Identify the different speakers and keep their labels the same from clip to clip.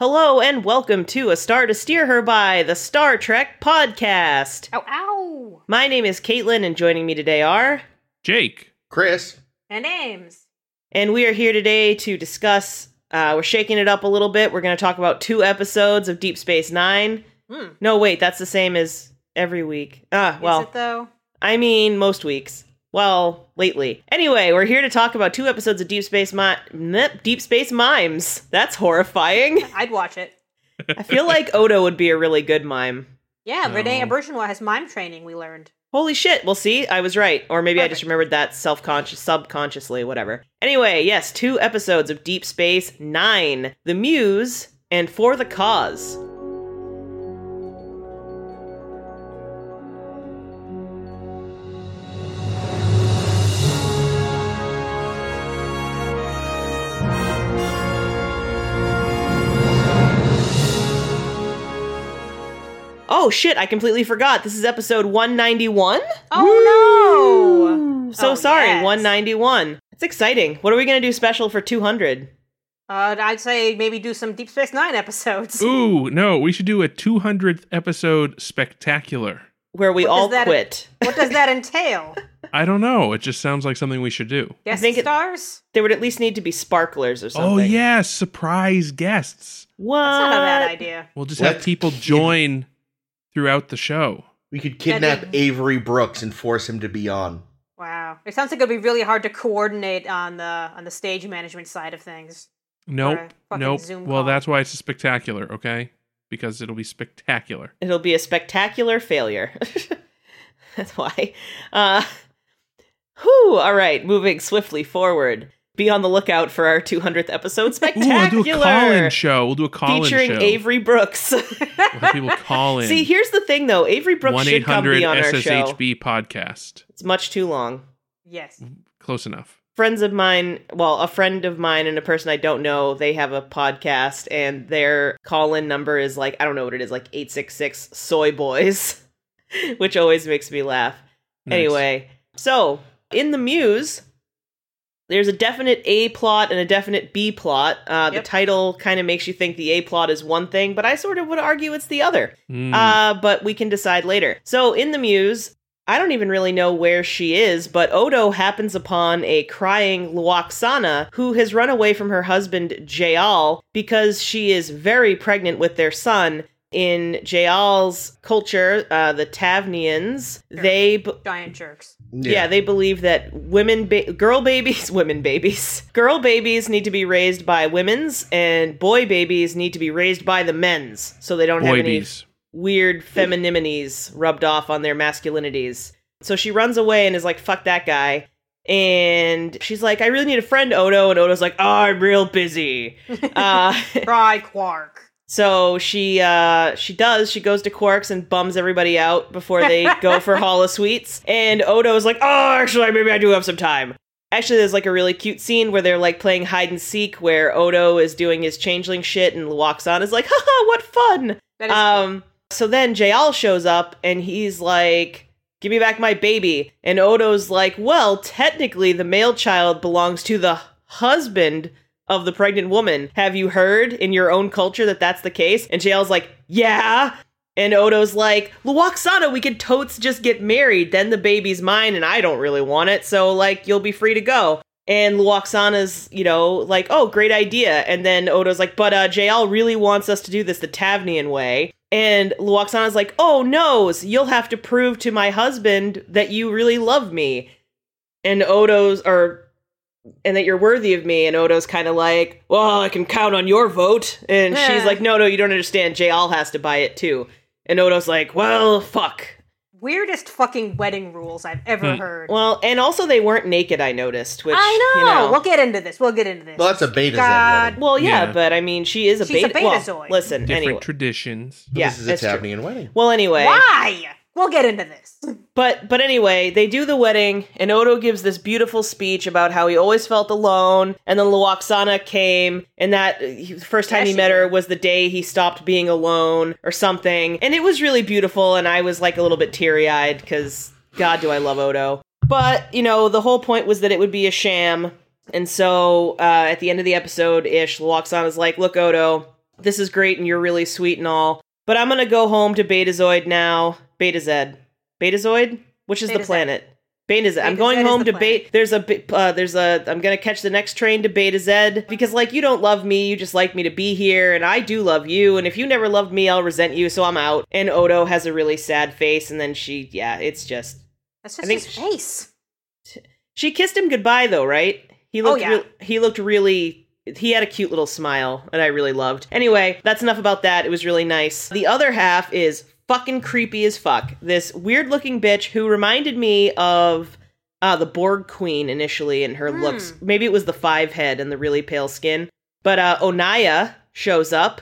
Speaker 1: Hello and welcome to A Star to Steer Her By, the Star Trek podcast.
Speaker 2: Ow, Oh, ow!
Speaker 1: My name is Caitlin, and joining me today are,
Speaker 3: Jake.
Speaker 4: Chris.
Speaker 2: And names.
Speaker 1: and we are here today to discuss. Uh, we're shaking it up a little bit. We're going to talk about two episodes of Deep Space Nine.
Speaker 2: Hmm.
Speaker 1: No, wait, that's the same as every week. Ah, well,
Speaker 2: Is it though?
Speaker 1: I mean, most weeks. Well, lately. Anyway, we're here to talk about two episodes of Deep Space Mi- meh, Deep Space Mimes. That's horrifying.
Speaker 2: I'd watch it.
Speaker 1: I feel like Odo would be a really good mime.
Speaker 2: Yeah,
Speaker 3: No.
Speaker 2: Renee Auberginois has mime training, we learned.
Speaker 1: Holy shit. Well, see, I was right. Or maybe I just
Speaker 2: Perfect.
Speaker 1: remembered that self conscious, subconsciously, whatever. Anyway, yes, two episodes of Deep Space Nine The Muse and For the Cause. Oh shit, I completely forgot. This is episode 191?
Speaker 2: Oh
Speaker 1: So
Speaker 2: Oh,
Speaker 1: sorry,
Speaker 2: yes.
Speaker 1: 191. It's exciting. What are we going to do special for 200?
Speaker 2: no! Uh, I'd say maybe do some Deep Space Nine episodes.
Speaker 3: Ooh, no, we should do a 200th episode spectacular.
Speaker 1: Where we
Speaker 2: What
Speaker 1: all
Speaker 2: is that?
Speaker 1: quit.
Speaker 2: What does that entail?
Speaker 3: I don't know. It just sounds like something we should do.
Speaker 2: Guest
Speaker 1: think it-
Speaker 2: stars?
Speaker 1: There would at least need to be sparklers or something.
Speaker 3: Oh, yeah, surprise guests.
Speaker 1: What?
Speaker 2: That's not a
Speaker 1: Uh,
Speaker 2: bad idea.
Speaker 3: We'll just have
Speaker 4: Let's
Speaker 3: people
Speaker 4: keep-
Speaker 3: join throughout the show.
Speaker 4: We could
Speaker 2: That'd
Speaker 4: kidnap
Speaker 2: be-
Speaker 4: Avery Brooks and force him to be on.
Speaker 2: Wow. It sounds like it'd be really hard to coordinate on the on the stage management side of things.
Speaker 3: Nope.
Speaker 2: Or a fucking
Speaker 3: Nope.
Speaker 2: Zoom
Speaker 3: well,
Speaker 2: call.
Speaker 3: that's why it's a spectacular, okay? Because it'll be spectacular.
Speaker 1: It'll be a spectacular failure. That's why. Uh, whew, all right, moving swiftly forward. Be on the lookout for our 200th episode
Speaker 3: Ooh, we'll do a call in
Speaker 1: spectacular
Speaker 3: show. We'll do a call in show.
Speaker 1: featuring Avery Brooks.
Speaker 3: We'll have people call in.
Speaker 1: See, here's the thing though, Avery Brooks should come be on our show.
Speaker 3: SSHB podcast.
Speaker 1: It's much too long.
Speaker 2: Yes.
Speaker 3: Close enough.
Speaker 1: friends of mine, well, a friend of mine and a person I don't know, they have a podcast and their call in number is like, I don't know what it is, like 866 Soy Boys, which always makes me laugh.
Speaker 3: Nice.
Speaker 1: Anyway, so in The Muse, there's a definite A plot and a definite B plot. Uh,
Speaker 2: Yep.
Speaker 1: The title kind of makes you think the A plot is one thing, but I sort of would argue it's the other.
Speaker 2: Hmm.
Speaker 3: Mm.
Speaker 1: Uh, but we can decide later. So in the Muse, I don't even really know where she is, but Odo happens upon a crying Luoxana who has run away from her husband Jaal because she is very pregnant with their son. In Jaal's culture, uh, the Tavnians,
Speaker 2: Sure.
Speaker 1: they b-
Speaker 2: Giant jerks.
Speaker 1: yeah. they believe that women, ba- girl babies, women babies, girl babies need to be raised by women's, and boy babies need to be raised by the men's, so they don't have any
Speaker 3: Boybies.
Speaker 1: weird femininities rubbed off on their masculinities. So she runs away and is like, fuck that guy. And she's like, I really need a friend, Odo. And Odo's like, oh, I'm real busy. uh,
Speaker 2: Fry Quark.
Speaker 1: so she uh, she does. She goes to Quarks and bums everybody out before they go for Hollow Sweets. And Odo's like, oh, actually, maybe I do have some time. Actually, there's like a really cute scene where they're like playing hide and seek, where Odo is doing his changeling shit, and Luoxana is like, haha, what fun!
Speaker 2: That is
Speaker 1: Um, so then Jael shows up and he's like, Give me back my baby. And Odo's like, Well, technically, the male child belongs to the husband of the pregnant woman. Have you heard in your own culture that that's the case? And Jael's like, Yeah. And Odo's like, Luoxana, we could totes just get married. Then the baby's mine and I don't really want it. So, like, you'll be free to go. And Luoxana's, you know, like, oh, great idea. And then Odo's like, but uh, JL really wants us to do this the Tavnian way. And Luoxana's like, oh, noes, you'll have to prove to my husband that you really love me. And Odo's, or, and that you're worthy of me. And Odo's kind of like, well, I can count on your vote. And
Speaker 2: Yeah.
Speaker 1: she's like, no, no, you don't understand. JL has to buy it too. And Odo's like, well, fuck.
Speaker 2: weirdest fucking wedding rules I've ever
Speaker 3: Hmm.
Speaker 2: heard.
Speaker 1: Well, and also they weren't naked, I noticed, which,
Speaker 2: I know.
Speaker 1: you know.
Speaker 2: We'll get into this. We'll get into this.
Speaker 4: Well, that's a beta
Speaker 2: God.
Speaker 4: God.
Speaker 1: Well, yeah,
Speaker 3: Yeah.
Speaker 1: but I mean, she is a
Speaker 2: She's a
Speaker 1: beta. well,
Speaker 2: betazoid.
Speaker 1: listen,
Speaker 3: Different
Speaker 1: anyway.
Speaker 3: traditions.
Speaker 1: yeah,
Speaker 4: this is a
Speaker 1: that's true.
Speaker 4: Tavnian wedding.
Speaker 1: Well, anyway,
Speaker 2: Why? We'll get into this.
Speaker 1: but but anyway, they do the wedding, and Odo gives this beautiful speech about how he always felt alone, and then Luoxana came, and that he, the first time
Speaker 2: Yeah,
Speaker 1: he
Speaker 2: she
Speaker 1: met her
Speaker 2: did.
Speaker 1: was the day he stopped being alone or something, and it was really beautiful, and I was like a little bit teary eyed because God, do I love Odo. But you know, the whole point was that it would be a sham, and so uh, at the end of the episode, Ish Luoxana's like, "Look, Odo." This is great and you're really sweet and all, but I'm going to go home to Betazoid now. Betazoid. Betazoid? Which is the
Speaker 2: Betazoid.
Speaker 1: planet? Beta Z. I'm
Speaker 2: Beta
Speaker 1: going
Speaker 2: Z is
Speaker 1: home
Speaker 2: the
Speaker 1: to
Speaker 2: planet.
Speaker 1: Beta. There's a bi- uh, there's a. I'm gonna catch the next train to Beta Z because like you don't love me, you just like me to be here, and I do love you. And if you never loved me, I'll resent you. So I'm out. And Odo has a really sad face, and then she, yeah, it's just
Speaker 2: That's
Speaker 1: I
Speaker 2: just
Speaker 1: think
Speaker 2: his
Speaker 1: she-
Speaker 2: face.
Speaker 1: she kissed him goodbye though, right? He
Speaker 2: Oh,
Speaker 1: looked
Speaker 2: yeah.
Speaker 1: real, he looked really he had a cute little smile that I really loved. Anyway, that's enough about that. It was really nice. The other half is fucking creepy as fuck. This weird-looking bitch who reminded me of uh, the Borg Queen initially in her
Speaker 2: Hmm.
Speaker 1: looks. Maybe it was the five head and the really pale skin. But uh, Onaya shows up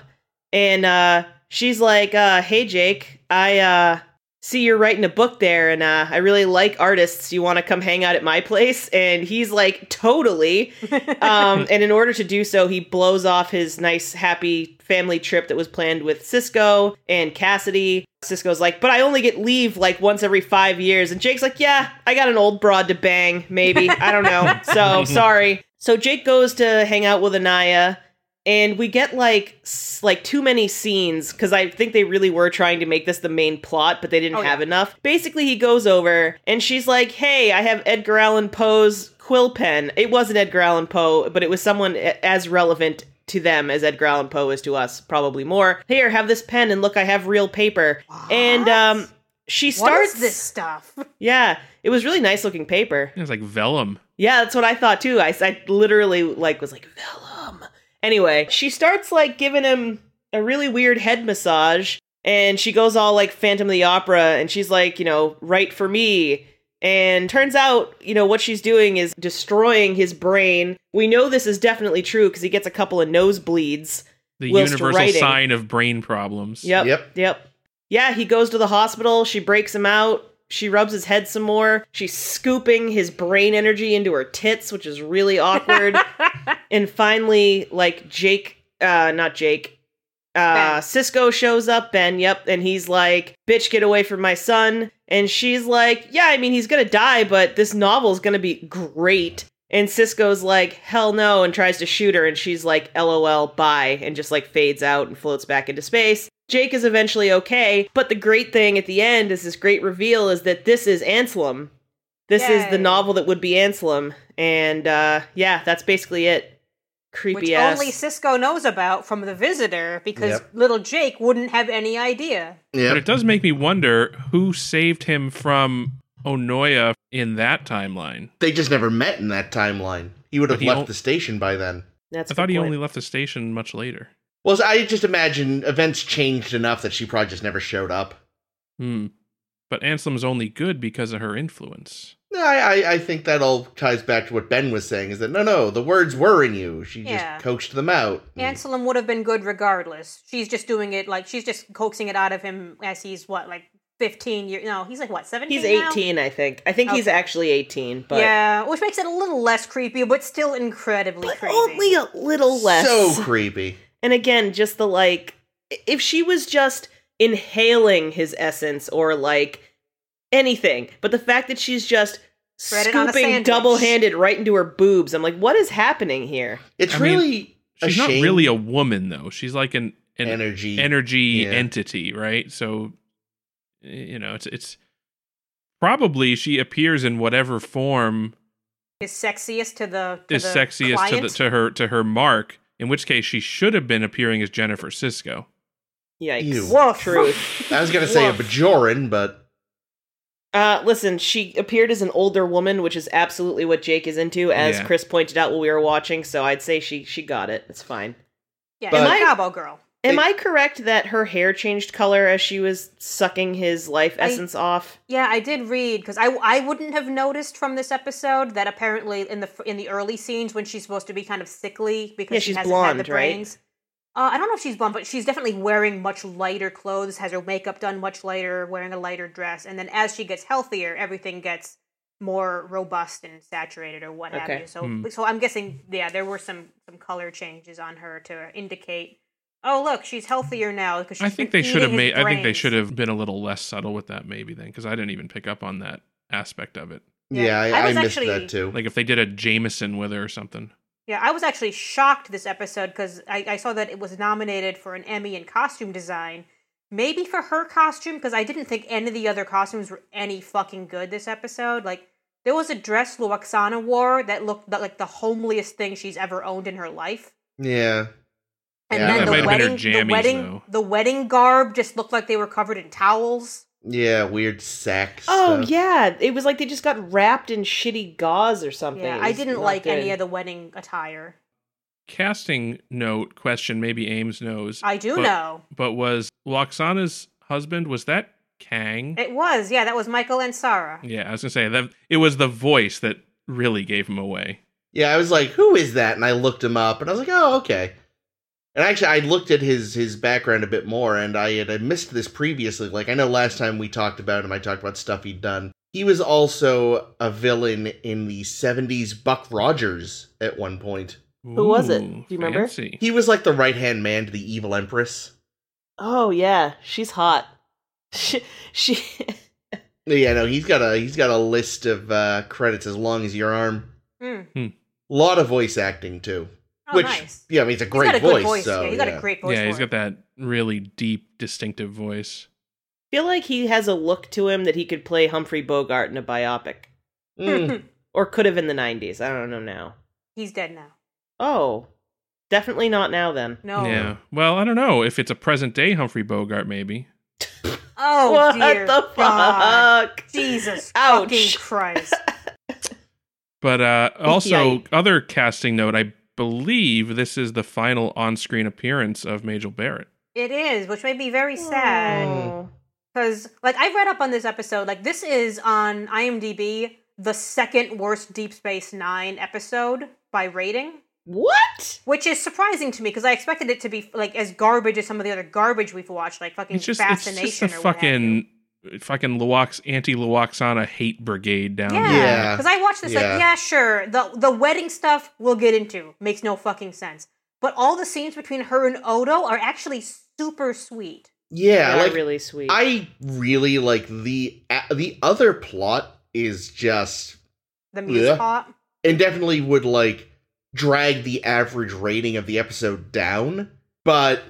Speaker 1: and uh, she's like, uh, "Hey, Jake, I uh, see you're writing a book there, and uh, I really like artists. You want to come hang out at my place?" And he's like, "Totally." um, and in order to do so, he blows off his nice, happy family trip that was planned with Cisco and Cassidy. Cisco's like, but I only get leave like once every five years. And Jake's like, yeah, I got an old broad to bang, maybe. I don't know. So sorry. So Jake goes to hang out with Anaya. And we get like s- like too many scenes because I think they really were trying to make this the main plot, but they didn't
Speaker 2: Oh, yeah.
Speaker 1: have enough. Basically, he goes over and she's like, "Hey, I have Edgar Allan Poe's quill pen. It wasn't Edgar Allan Poe, but it was someone a- as relevant to them as Edgar Allan Poe is to us, probably more. Here, have this pen, and look, I have real paper. And
Speaker 2: What?
Speaker 1: um, she
Speaker 2: what
Speaker 1: starts
Speaker 2: is this stuff?
Speaker 1: Yeah, it was really nice looking paper.
Speaker 3: It's like vellum.
Speaker 1: Yeah, that's what I thought too. I, I literally like was like vellum. Anyway, she starts like giving him a really weird head massage, and she goes all like Phantom of the Opera, and she's like, you know, right for me. And turns out, you know, what she's doing is destroying his brain. We know this is definitely true because he gets a couple of nosebleeds.
Speaker 3: The
Speaker 1: Whilst
Speaker 3: universal
Speaker 1: writing.
Speaker 3: sign of brain problems.
Speaker 1: Yep.
Speaker 4: Yep.
Speaker 1: Yep. Yeah, he goes to the hospital. She breaks him out. She rubs his head some more. She's scooping his brain energy into her tits, which is really awkward. and finally, like Jake, uh, not Jake, uh,
Speaker 2: Ben.
Speaker 1: Cisco shows up. Ben, yep, and he's like, "Bitch, get away from my son." And she's like, "Yeah, I mean, he's gonna die, but this novel's gonna be great." And Cisco's like, "Hell no!" and tries to shoot her, and she's like, "LOL, bye," and just like fades out and floats back into space. Jake is eventually okay, but the great thing at the end is this great reveal is that this is Anselm. This is the
Speaker 2: Yay.
Speaker 1: novel that would be Anselm, and uh, yeah, that's basically it. Creepy
Speaker 2: Which
Speaker 1: ass.
Speaker 2: only Cisco knows about from the visitor because
Speaker 4: Yep.
Speaker 2: little Jake wouldn't have any idea.
Speaker 3: But
Speaker 4: Yeah.
Speaker 3: it does make me wonder who saved him from Onoya in that timeline.
Speaker 4: They just never met in that timeline. He would
Speaker 3: But
Speaker 4: have
Speaker 3: he
Speaker 4: left
Speaker 3: don't-
Speaker 4: the station by then.
Speaker 1: That's a
Speaker 3: I thought
Speaker 1: good
Speaker 3: he
Speaker 1: point.
Speaker 3: only left the station much later.
Speaker 4: Well, I just imagine events changed enough that she probably just never showed up.
Speaker 3: Hmm. But Anselm's only good because of her influence.
Speaker 4: No, I, I, I think that all ties back to what Ben was saying is that no, no, the words were in you. She
Speaker 2: Yeah.
Speaker 4: just coaxed them out.
Speaker 3: Mm.
Speaker 2: Anselm would have been good regardless. She's just doing it like she's just coaxing it out of him as he's what like fifteen years. No, he's like what seventeen.
Speaker 1: He's
Speaker 2: now?
Speaker 1: 18, I think. I think he's
Speaker 2: Okay.
Speaker 1: actually 18, but
Speaker 2: Oh. yeah, which makes it a little less creepy, but still incredibly
Speaker 1: but
Speaker 2: creepy.
Speaker 1: only a little less.
Speaker 4: So creepy.
Speaker 1: and again, just the like, if she was just inhaling his essence or like anything, but the fact that she's just
Speaker 2: Spread it on a
Speaker 1: scooping
Speaker 2: sandwich.
Speaker 1: double handed right into her boobs, I'm like, what is happening here?
Speaker 4: It's
Speaker 3: I mean,
Speaker 4: really a
Speaker 3: She's not
Speaker 4: shame.
Speaker 3: really a woman though. She's like an an energy,
Speaker 4: energy. yeah.
Speaker 3: entity, right? So you know, it's it's probably she appears in whatever form
Speaker 2: is sexiest to the to
Speaker 3: is
Speaker 2: the
Speaker 3: sexiest to the
Speaker 2: client.
Speaker 3: to her to her mark, in which case she should have been appearing as Jennifer Cisco.
Speaker 1: Yikes.
Speaker 4: Ew.
Speaker 2: Woof.
Speaker 1: Truth.
Speaker 4: I was gonna say a
Speaker 1: Woof.
Speaker 4: Bajoran, but
Speaker 1: Uh, listen, she appeared as an older woman, which is absolutely what Jake is into, as
Speaker 3: Yeah.
Speaker 1: Chris pointed out while we were watching. So I'd say she she got it. It's fine.
Speaker 2: yeah,
Speaker 4: But-
Speaker 2: it's a Cabo girl.
Speaker 1: Am
Speaker 4: It-
Speaker 1: I correct that her hair changed color as she was sucking his life
Speaker 2: I-
Speaker 1: essence off?
Speaker 2: Yeah, I did read because I, I wouldn't have noticed from this episode that apparently in the in the early scenes when she's supposed to be kind of sickly because
Speaker 1: Yeah,
Speaker 2: she
Speaker 1: she's
Speaker 2: hasn't had
Speaker 1: blonde,
Speaker 2: the
Speaker 1: right?
Speaker 2: brains. Uh, I don't know if she's blonde, but she's definitely wearing much lighter clothes, has her makeup done much lighter, wearing a lighter dress, and then as she gets healthier, everything gets more robust and saturated or what have
Speaker 1: Okay.
Speaker 2: you. So
Speaker 3: Hmm.
Speaker 2: so I'm guessing yeah, there were some some color changes on her to indicate. Oh look, she's healthier now because
Speaker 3: I think they should have made I think they should
Speaker 2: have.
Speaker 3: have been a little less subtle with that maybe then cuz I didn't even pick up on that aspect of it.
Speaker 2: Yeah.
Speaker 4: yeah, I,
Speaker 2: I
Speaker 4: I,
Speaker 2: was
Speaker 4: missed
Speaker 2: actually-
Speaker 4: that too.
Speaker 3: Like if they did a Jameson with her or something.
Speaker 2: Yeah, I was actually shocked this episode because I, I saw that it was nominated for an Emmy in costume design. Maybe for her costume, because I didn't think any of the other costumes were any fucking good this episode. Like, there was a dress Luoxana wore that looked th- like the homeliest thing she's ever owned in her life.
Speaker 4: Yeah.
Speaker 2: And
Speaker 4: Yeah,
Speaker 2: then
Speaker 4: that
Speaker 2: the
Speaker 4: might
Speaker 2: wedding,
Speaker 3: have been her
Speaker 2: the
Speaker 3: jammies,
Speaker 2: wedding,
Speaker 3: though.
Speaker 2: the wedding garb just looked like they were covered in towels.
Speaker 4: Yeah, weird sack
Speaker 1: Oh
Speaker 4: stuff.
Speaker 1: yeah, it was like they just got wrapped in shitty gauze or something.
Speaker 2: Yeah, I didn't like any of the wedding attire.
Speaker 3: Casting note question, maybe Ames knows,
Speaker 1: Uh,
Speaker 2: I do
Speaker 3: But-
Speaker 2: know
Speaker 3: but was Loxana's husband was that Kang?
Speaker 1: Eh.
Speaker 2: it was yeah, that was Michael and Sarah.
Speaker 3: Yeah, I was gonna say that it was the voice that really gave him away.
Speaker 4: Yeah, I was like, who is that? And I looked him up and I was like, oh, okay. And actually I looked at his his background a bit more and I had I missed this previously. Like I know last time we talked about him, I talked about stuff he'd done. He was also a villain in the 70s Buck Rogers at one point.
Speaker 1: Who was it?
Speaker 3: Ooh,
Speaker 1: Do you remember?
Speaker 3: fancy.
Speaker 4: He was like the right-hand man to the evil empress.
Speaker 1: Oh yeah, she's hot. She, she
Speaker 4: Yeah, no, he's got a he's got a list of uh credits as long as your arm.
Speaker 2: Mm.
Speaker 4: A lot of voice acting too.
Speaker 2: Oh,
Speaker 4: which
Speaker 2: nice.
Speaker 4: yeah, I mean it's a
Speaker 2: He's
Speaker 4: great
Speaker 2: got a
Speaker 4: voice,
Speaker 2: good voice.
Speaker 4: so
Speaker 2: yeah, he's got a great voice.
Speaker 3: yeah, he's
Speaker 2: for it.
Speaker 3: got that really deep, distinctive voice.
Speaker 1: feel like he has a look to him that he could play Humphrey Bogart in a biopic,
Speaker 4: Mm.
Speaker 1: or could have in the '90s. I don't know now.
Speaker 2: Hmm. he's dead now.
Speaker 1: Oh, definitely not now then.
Speaker 2: No.
Speaker 3: Yeah. Well, I don't know if it's a present day Humphrey Bogart, maybe.
Speaker 2: Oh
Speaker 1: what
Speaker 2: dear.
Speaker 1: the
Speaker 2: God.
Speaker 1: fuck?
Speaker 2: Jesus
Speaker 1: Ouch.
Speaker 2: fucking Christ.
Speaker 3: But uh, also,
Speaker 1: Yikes.
Speaker 3: other casting note: I believe this is the final on-screen appearance of Majel Barrett.
Speaker 2: It is, which may be very sad.
Speaker 1: Oh.
Speaker 2: Because, like, I read up on this episode. Like, this is on IMDb the second worst Deep Space Nine episode by rating,
Speaker 1: What?
Speaker 2: which is surprising to me because I expected it to be like as garbage as some of the other garbage we've watched, like fucking
Speaker 3: It's just, it's
Speaker 2: fascination
Speaker 3: just a
Speaker 2: or what have you.
Speaker 3: fucking, fucking Luox anti-Luoxana hate brigade down there.
Speaker 2: Yeah,
Speaker 4: Yeah.
Speaker 2: because I watched this
Speaker 4: Yeah.
Speaker 2: like, yeah, sure. The the wedding stuff we'll get into makes no fucking sense, but all the scenes between her and Odo are actually super sweet.
Speaker 4: Yeah,
Speaker 1: They're
Speaker 4: like
Speaker 1: really sweet.
Speaker 4: I really like the uh, the other plot is just
Speaker 2: The music
Speaker 4: Yeah.
Speaker 2: pop.
Speaker 4: and definitely would like drag the average rating of the episode down, but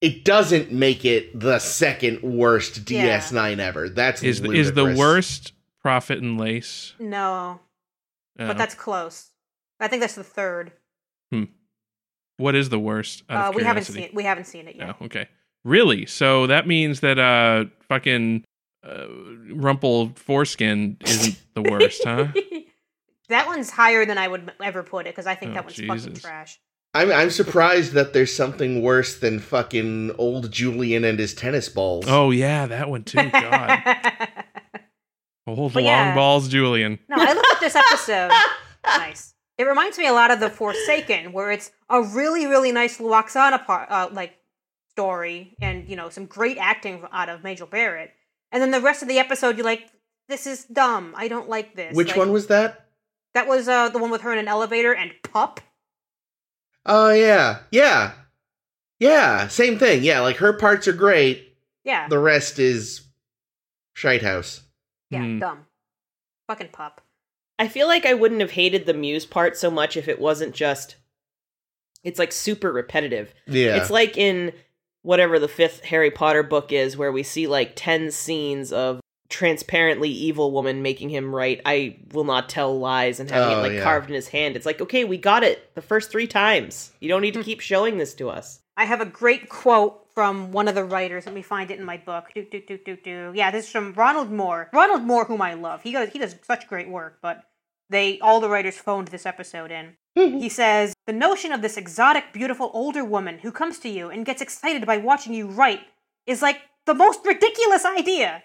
Speaker 4: it doesn't make it the second worst
Speaker 2: Yeah.
Speaker 4: DS9 ever. That's
Speaker 3: Is the,
Speaker 4: ludicrous.
Speaker 3: is the worst Profit and Lace?
Speaker 2: No,
Speaker 3: Uh,
Speaker 2: but that's close. I think that's the third.
Speaker 3: what is the worst? out
Speaker 2: Uh,
Speaker 3: of
Speaker 2: we haven't
Speaker 3: curiosity?
Speaker 2: seen we haven't seen it yet.
Speaker 3: No, okay. Really? So that means that uh fucking uh, Rumple foreskin isn't the worst, huh?
Speaker 2: that one's higher than I would ever put it because I think
Speaker 3: Oh,
Speaker 2: that one's fucking
Speaker 3: Jesus.
Speaker 2: trash.
Speaker 4: I'm I'm surprised that there's something worse than fucking old Julian and his tennis balls.
Speaker 3: Oh yeah, that one too. God, old
Speaker 2: But
Speaker 3: long
Speaker 2: yeah.
Speaker 3: balls, Julian.
Speaker 2: no, I looked at this episode. nice. It reminds me a lot of the Forsaken, where it's a really really nice Luoxana part, uh, like story, and you know some great acting out of Major Barrett, and then the rest of the episode you're like, this is dumb. I don't like this.
Speaker 4: Which
Speaker 2: Like,
Speaker 4: one was that?
Speaker 2: That was uh, the one with her in an elevator and pup.
Speaker 4: Oh yeah. Yeah. Yeah, same thing. Yeah, like her parts are great,
Speaker 2: Yeah.
Speaker 4: The rest is Shite House.
Speaker 2: Yeah,
Speaker 3: Hmm.
Speaker 2: dumb. Fucking pup.
Speaker 1: I feel like I wouldn't have hated the muse part so much if it wasn't just it's like super repetitive.
Speaker 4: Yeah.
Speaker 1: It's like in whatever the fifth Harry Potter book is where we see like 10 scenes of transparently evil woman making him write I will not tell lies and having
Speaker 4: Oh,
Speaker 1: it like
Speaker 4: yeah.
Speaker 1: carved in his hand. It's like, "Okay, we got it the first 3 times. You don't need to keep showing this to us."
Speaker 2: I have a great quote from one of the writers. Let me find it in my book. Do do do do do. Yeah, this is from Ronald Moore. Ronald Moore, whom I love. He does he does such great work, but they all the writers phoned this episode in. he says, "The notion of this exotic, beautiful older woman who comes to you and gets excited by watching you write is like the most ridiculous idea.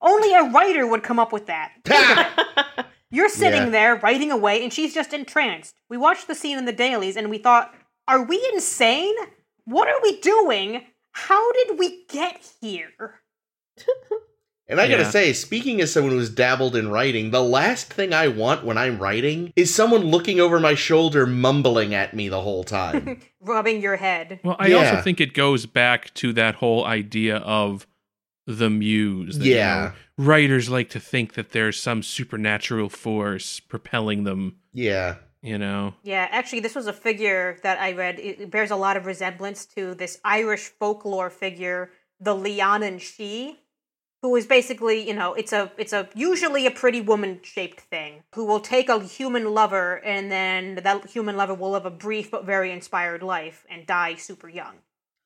Speaker 2: Only a writer would come up with that."
Speaker 4: Ha!
Speaker 2: You're sitting
Speaker 4: Yeah.
Speaker 2: there writing away, and she's just entranced. We watched the scene in the dailies, and we thought, "Are we insane? What are we doing? How did we get here?"
Speaker 4: and I gotta
Speaker 3: Yeah.
Speaker 4: say, speaking as someone who's dabbled in writing, the last thing I want when I'm writing is someone looking over my shoulder mumbling at me the whole time.
Speaker 2: Rubbing your head.
Speaker 3: Well, I
Speaker 4: Yeah.
Speaker 3: also think it goes back to that whole idea of the muse. that, you
Speaker 4: Yeah.
Speaker 3: know, writers like to think that there's some supernatural force propelling them
Speaker 4: yeah.
Speaker 3: you know.
Speaker 2: Yeah, actually, this was a figure that I read. It it bears a lot of resemblance to this Irish folklore figure, the Lianan She, who is basically, you know, it's a it's a usually a pretty woman shaped thing who will take a human lover, and then that human lover will live a brief but very inspired life and die super young.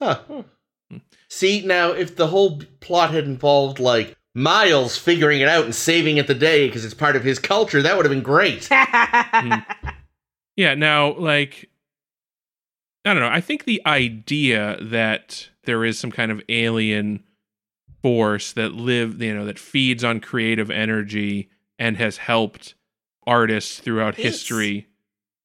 Speaker 4: Huh. See, now, if the whole b- plot had involved, like, Miles figuring it out and saving it the day because it's part of his culture, that would have been great.
Speaker 3: Yeah, now like I don't know. I think the idea that there is some kind of alien force that live, you know, that feeds on creative energy and has helped artists throughout
Speaker 1: Yes.
Speaker 3: history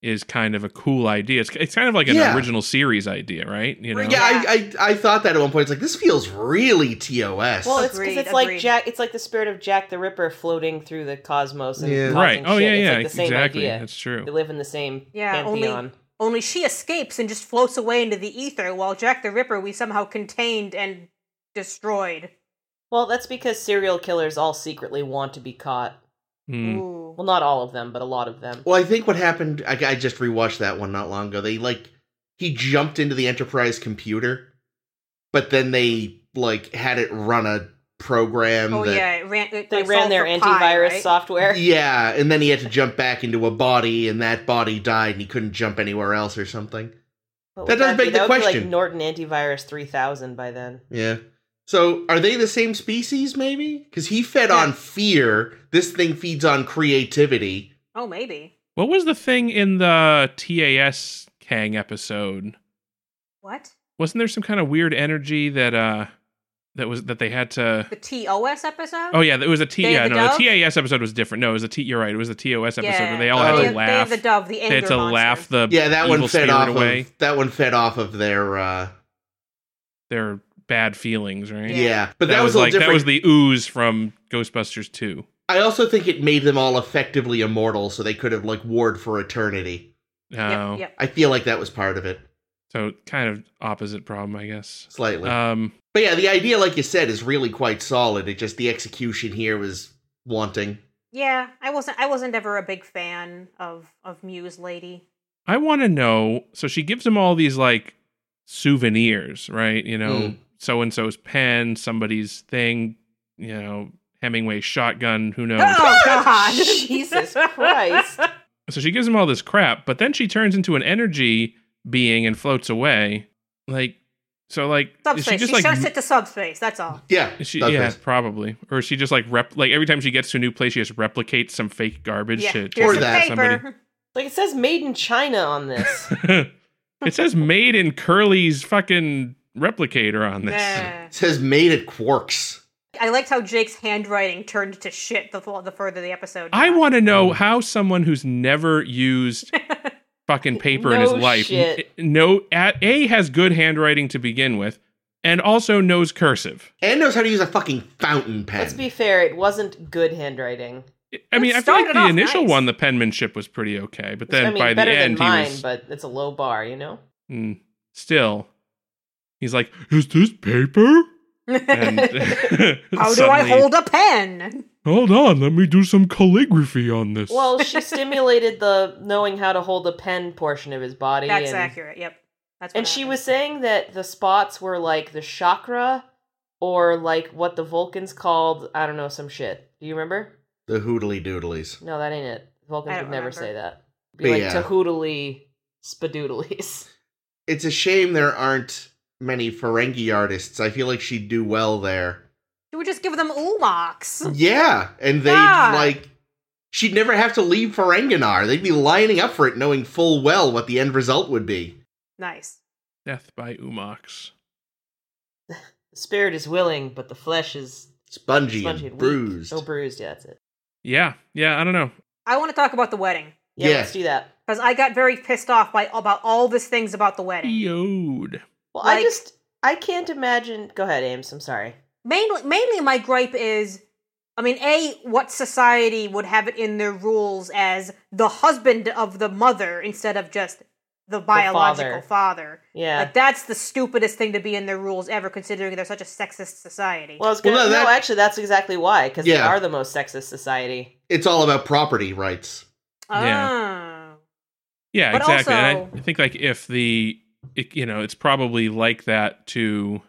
Speaker 3: is kind of a cool idea. It's it's kind of like an
Speaker 4: Yeah.
Speaker 3: original series idea, right? You know.
Speaker 2: Well,
Speaker 4: Yeah, I, I, I thought that at one point. It's like, this feels really TOS.
Speaker 1: Well, it's because
Speaker 2: Agreed,
Speaker 1: it's like
Speaker 2: agreed.
Speaker 1: Jack. It's like the spirit of Jack the Ripper floating through the cosmos and
Speaker 4: Yeah.
Speaker 1: causing
Speaker 3: Right. Oh
Speaker 1: shit.
Speaker 3: yeah, yeah.
Speaker 1: It's like the same
Speaker 3: exactly.
Speaker 1: idea.
Speaker 3: That's true.
Speaker 1: They live in the same
Speaker 2: Yeah, only-
Speaker 1: pantheon.
Speaker 2: Only she escapes and just floats away into the ether, while Jack the Ripper we somehow contained and destroyed.
Speaker 1: Well, that's because serial killers all secretly want to be caught.
Speaker 3: Mm.
Speaker 2: Ooh.
Speaker 1: Well, not all of them, but a lot of them.
Speaker 4: Well, I think what happened, I, I just rewatched that one not long ago. They, like, he jumped into the Enterprise computer, but then they, like, had it run a program
Speaker 2: Oh
Speaker 4: that.
Speaker 2: yeah, it ran. It,
Speaker 1: They
Speaker 2: like,
Speaker 1: ran
Speaker 2: solved
Speaker 1: their
Speaker 2: for
Speaker 1: antivirus
Speaker 2: pi, right?
Speaker 1: software.
Speaker 4: Yeah, and then he had to jump back into a body, and that body died, and he couldn't jump anywhere else or something.
Speaker 1: What would
Speaker 4: That does
Speaker 1: be?
Speaker 4: beg the
Speaker 1: would be
Speaker 4: question.
Speaker 1: like Norton Antivirus 3000 by then.
Speaker 4: Yeah. So are they the same species, maybe? Because he fed on fear. This thing feeds on creativity.
Speaker 2: Oh, maybe.
Speaker 3: What was the thing in the TAS Kang episode?
Speaker 2: What?
Speaker 3: Wasn't there some kind of weird energy that uh that was that they had to
Speaker 2: The TOS episode?
Speaker 3: Oh yeah, it was a T.
Speaker 2: Day of
Speaker 3: Yeah,
Speaker 2: the
Speaker 3: no,
Speaker 2: Dove?
Speaker 3: the TAS episode was different. No, it was a T. You're right. It was the TOS episode where they all
Speaker 4: Oh.
Speaker 3: had
Speaker 4: Day
Speaker 3: to
Speaker 4: of-
Speaker 3: laugh.
Speaker 2: They the dove, the
Speaker 3: they
Speaker 2: anger
Speaker 3: had to
Speaker 2: monster.
Speaker 3: laugh the
Speaker 4: Yeah, that
Speaker 3: evil
Speaker 4: one fed
Speaker 3: spirit
Speaker 4: off
Speaker 3: away.
Speaker 4: of that one fed off of their uh
Speaker 3: their bad feelings, right?
Speaker 4: yeah.
Speaker 2: Yeah.
Speaker 4: But that, was, a
Speaker 3: like
Speaker 4: different
Speaker 3: that was the ooze from Ghostbusters Two.
Speaker 4: I also think it made them all effectively immortal so they could have like warred for eternity.
Speaker 3: Oh,
Speaker 2: Yep, yep.
Speaker 4: I feel like that was part of it.
Speaker 3: so kind of opposite problem, I guess.
Speaker 4: Slightly.
Speaker 3: Um,
Speaker 4: but yeah, the idea, like you said, is really quite solid. It just the execution here was wanting.
Speaker 2: Yeah, I wasn't. I wasn't ever a big fan of of Muse Lady.
Speaker 3: I want to know. So she gives him all these like souvenirs, right? You know,
Speaker 4: Mm.
Speaker 3: so and so's pen, somebody's thing, you know, Hemingway's shotgun. Who knows?
Speaker 2: Oh God!
Speaker 1: Jesus Christ.
Speaker 3: So she gives him all this crap, but then she turns into an energy being and floats away. Like, so like is
Speaker 2: Subspace.
Speaker 3: she
Speaker 2: She,
Speaker 3: just like
Speaker 2: shuts it to subspace. That's all.
Speaker 4: Yeah.
Speaker 3: is she,
Speaker 4: that's
Speaker 3: yeah,
Speaker 4: nice.
Speaker 3: probably, or is she just like rep like every time she gets to a new place, she just replicates some fake garbage
Speaker 2: Yeah.
Speaker 3: to, to
Speaker 4: Or
Speaker 2: Here's some
Speaker 3: give
Speaker 4: that,
Speaker 3: to somebody.
Speaker 2: paper.
Speaker 1: like it says made in China on this.
Speaker 3: it says made in Curly's fucking replicator on this.
Speaker 2: Yeah.
Speaker 4: It says made at quarks.
Speaker 2: I liked how Jake's handwriting turned to shit the, fo- the further the episode.
Speaker 3: I
Speaker 2: got.
Speaker 3: want to know how someone who's never used fucking paper in his
Speaker 1: No
Speaker 3: life,
Speaker 1: shit.
Speaker 3: n- no, at, a has good handwriting to begin with, and also knows cursive.
Speaker 4: And knows how to use a fucking fountain pen.
Speaker 1: Let's be fair, it wasn't good handwriting.
Speaker 3: I mean,
Speaker 2: It
Speaker 3: I feel like
Speaker 2: started
Speaker 3: the
Speaker 2: off
Speaker 3: initial
Speaker 2: nice.
Speaker 3: one, the penmanship was pretty okay, but then
Speaker 1: I mean,
Speaker 3: by the
Speaker 1: better
Speaker 3: end,
Speaker 1: than mine,
Speaker 3: he was
Speaker 1: but it's a low bar, you know?
Speaker 3: mm, still. He's like, "Is this paper?" And
Speaker 2: how do I
Speaker 3: suddenly,
Speaker 2: hold a pen?
Speaker 3: Hold on, let me do some calligraphy on this.
Speaker 1: Well, she stimulated the knowing how to hold a pen portion of his body.
Speaker 2: That's
Speaker 1: and,
Speaker 2: accurate. Yep. That's what
Speaker 1: And she
Speaker 2: happened.
Speaker 1: was saying that the spots were like the chakra or like what the Vulcans called, I don't know, some shit. Do you remember?
Speaker 4: the hoodly doodlies.
Speaker 1: No, that ain't it. Vulcans
Speaker 2: I
Speaker 1: would
Speaker 2: don't
Speaker 1: never
Speaker 2: remember.
Speaker 1: say that. Be
Speaker 4: But
Speaker 1: like
Speaker 4: yeah.
Speaker 1: tahoodly spadoodlies.
Speaker 4: It's a shame there aren't many Ferengi artists. I feel like she'd do well there.
Speaker 2: She would just give them ulox.
Speaker 4: Yeah, and they'd
Speaker 2: God.
Speaker 4: like she'd never have to leave Ferenginar. They'd be lining up for it, knowing full well what the end result would be.
Speaker 2: Nice.
Speaker 3: Death by Umox.
Speaker 1: The spirit is willing, but the flesh is
Speaker 4: Spongy,
Speaker 1: spongy
Speaker 4: and
Speaker 1: and
Speaker 4: bruised.
Speaker 1: Weak. Oh, bruised, yeah, that's it.
Speaker 3: Yeah, yeah. I don't know.
Speaker 2: I want to talk about the wedding
Speaker 1: Yeah,
Speaker 4: Yeah.
Speaker 1: let's do that.
Speaker 2: because I got very pissed off by about all these things about the wedding.
Speaker 3: Yod.
Speaker 1: Well, I
Speaker 2: Like-
Speaker 1: just I can't imagine. Go ahead, Ames. I'm sorry.
Speaker 2: mainly mainly my gripe is I mean, A, what society would have it in their rules as the husband of the mother instead of just the biological father.
Speaker 1: Yeah.
Speaker 2: Like that's the stupidest thing to be in their rules ever, considering they're such a sexist society.
Speaker 1: well, I was gonna,
Speaker 4: Well, no,
Speaker 1: no,
Speaker 4: that-
Speaker 1: actually, that's exactly why, because they
Speaker 4: Yeah.
Speaker 1: are the most sexist society.
Speaker 4: It's all about property rights.
Speaker 2: oh.
Speaker 3: Yeah,
Speaker 2: But
Speaker 3: exactly.
Speaker 2: also-
Speaker 3: and I- I think like if the it, you know, it's probably like that to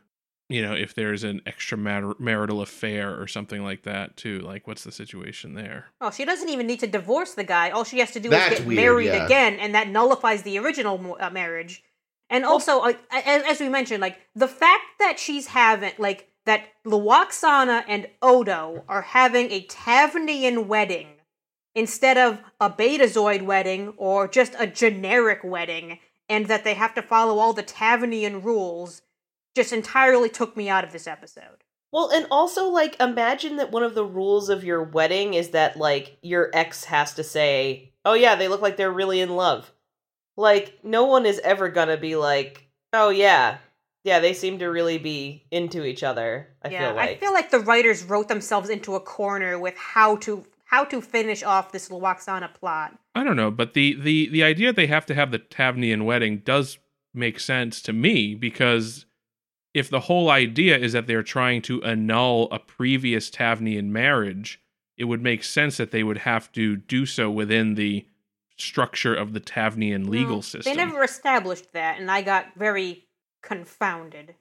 Speaker 3: you know, if there's an extramarital affair or something like that too, like what's the situation there?
Speaker 2: Oh, she doesn't even need to divorce the guy. All she has to do
Speaker 4: That's
Speaker 2: is get
Speaker 4: weird,
Speaker 2: married
Speaker 4: yeah.
Speaker 2: again, and that nullifies the original mo- uh, marriage. And also, like, a- as, as we mentioned, like the fact that she's having like that Luoxana and Odo are having a Tavernian wedding instead of a Betazoid wedding or just a generic wedding, and that they have to follow all the Tavernian rules, just entirely took me out of this episode.
Speaker 1: Well, and also like imagine that one of the rules of your wedding is that like your ex has to say, "Oh yeah, they look like they're really in love." Like no one is ever going to be like, "Oh yeah. Yeah, they seem to really be into each other." I feel like.
Speaker 2: I feel like the writers wrote themselves into a corner with how to how to finish off this Luoxana plot.
Speaker 3: I don't know, but the the the idea they have to have the Tavnian wedding does make sense to me because if the whole idea is that they're trying to annul a previous Tavnian marriage, it would make sense that they would have to do so within the structure of the Tavnian legal
Speaker 1: Hmm.
Speaker 2: Mm,
Speaker 3: system.
Speaker 2: They never established that, and I got very confounded.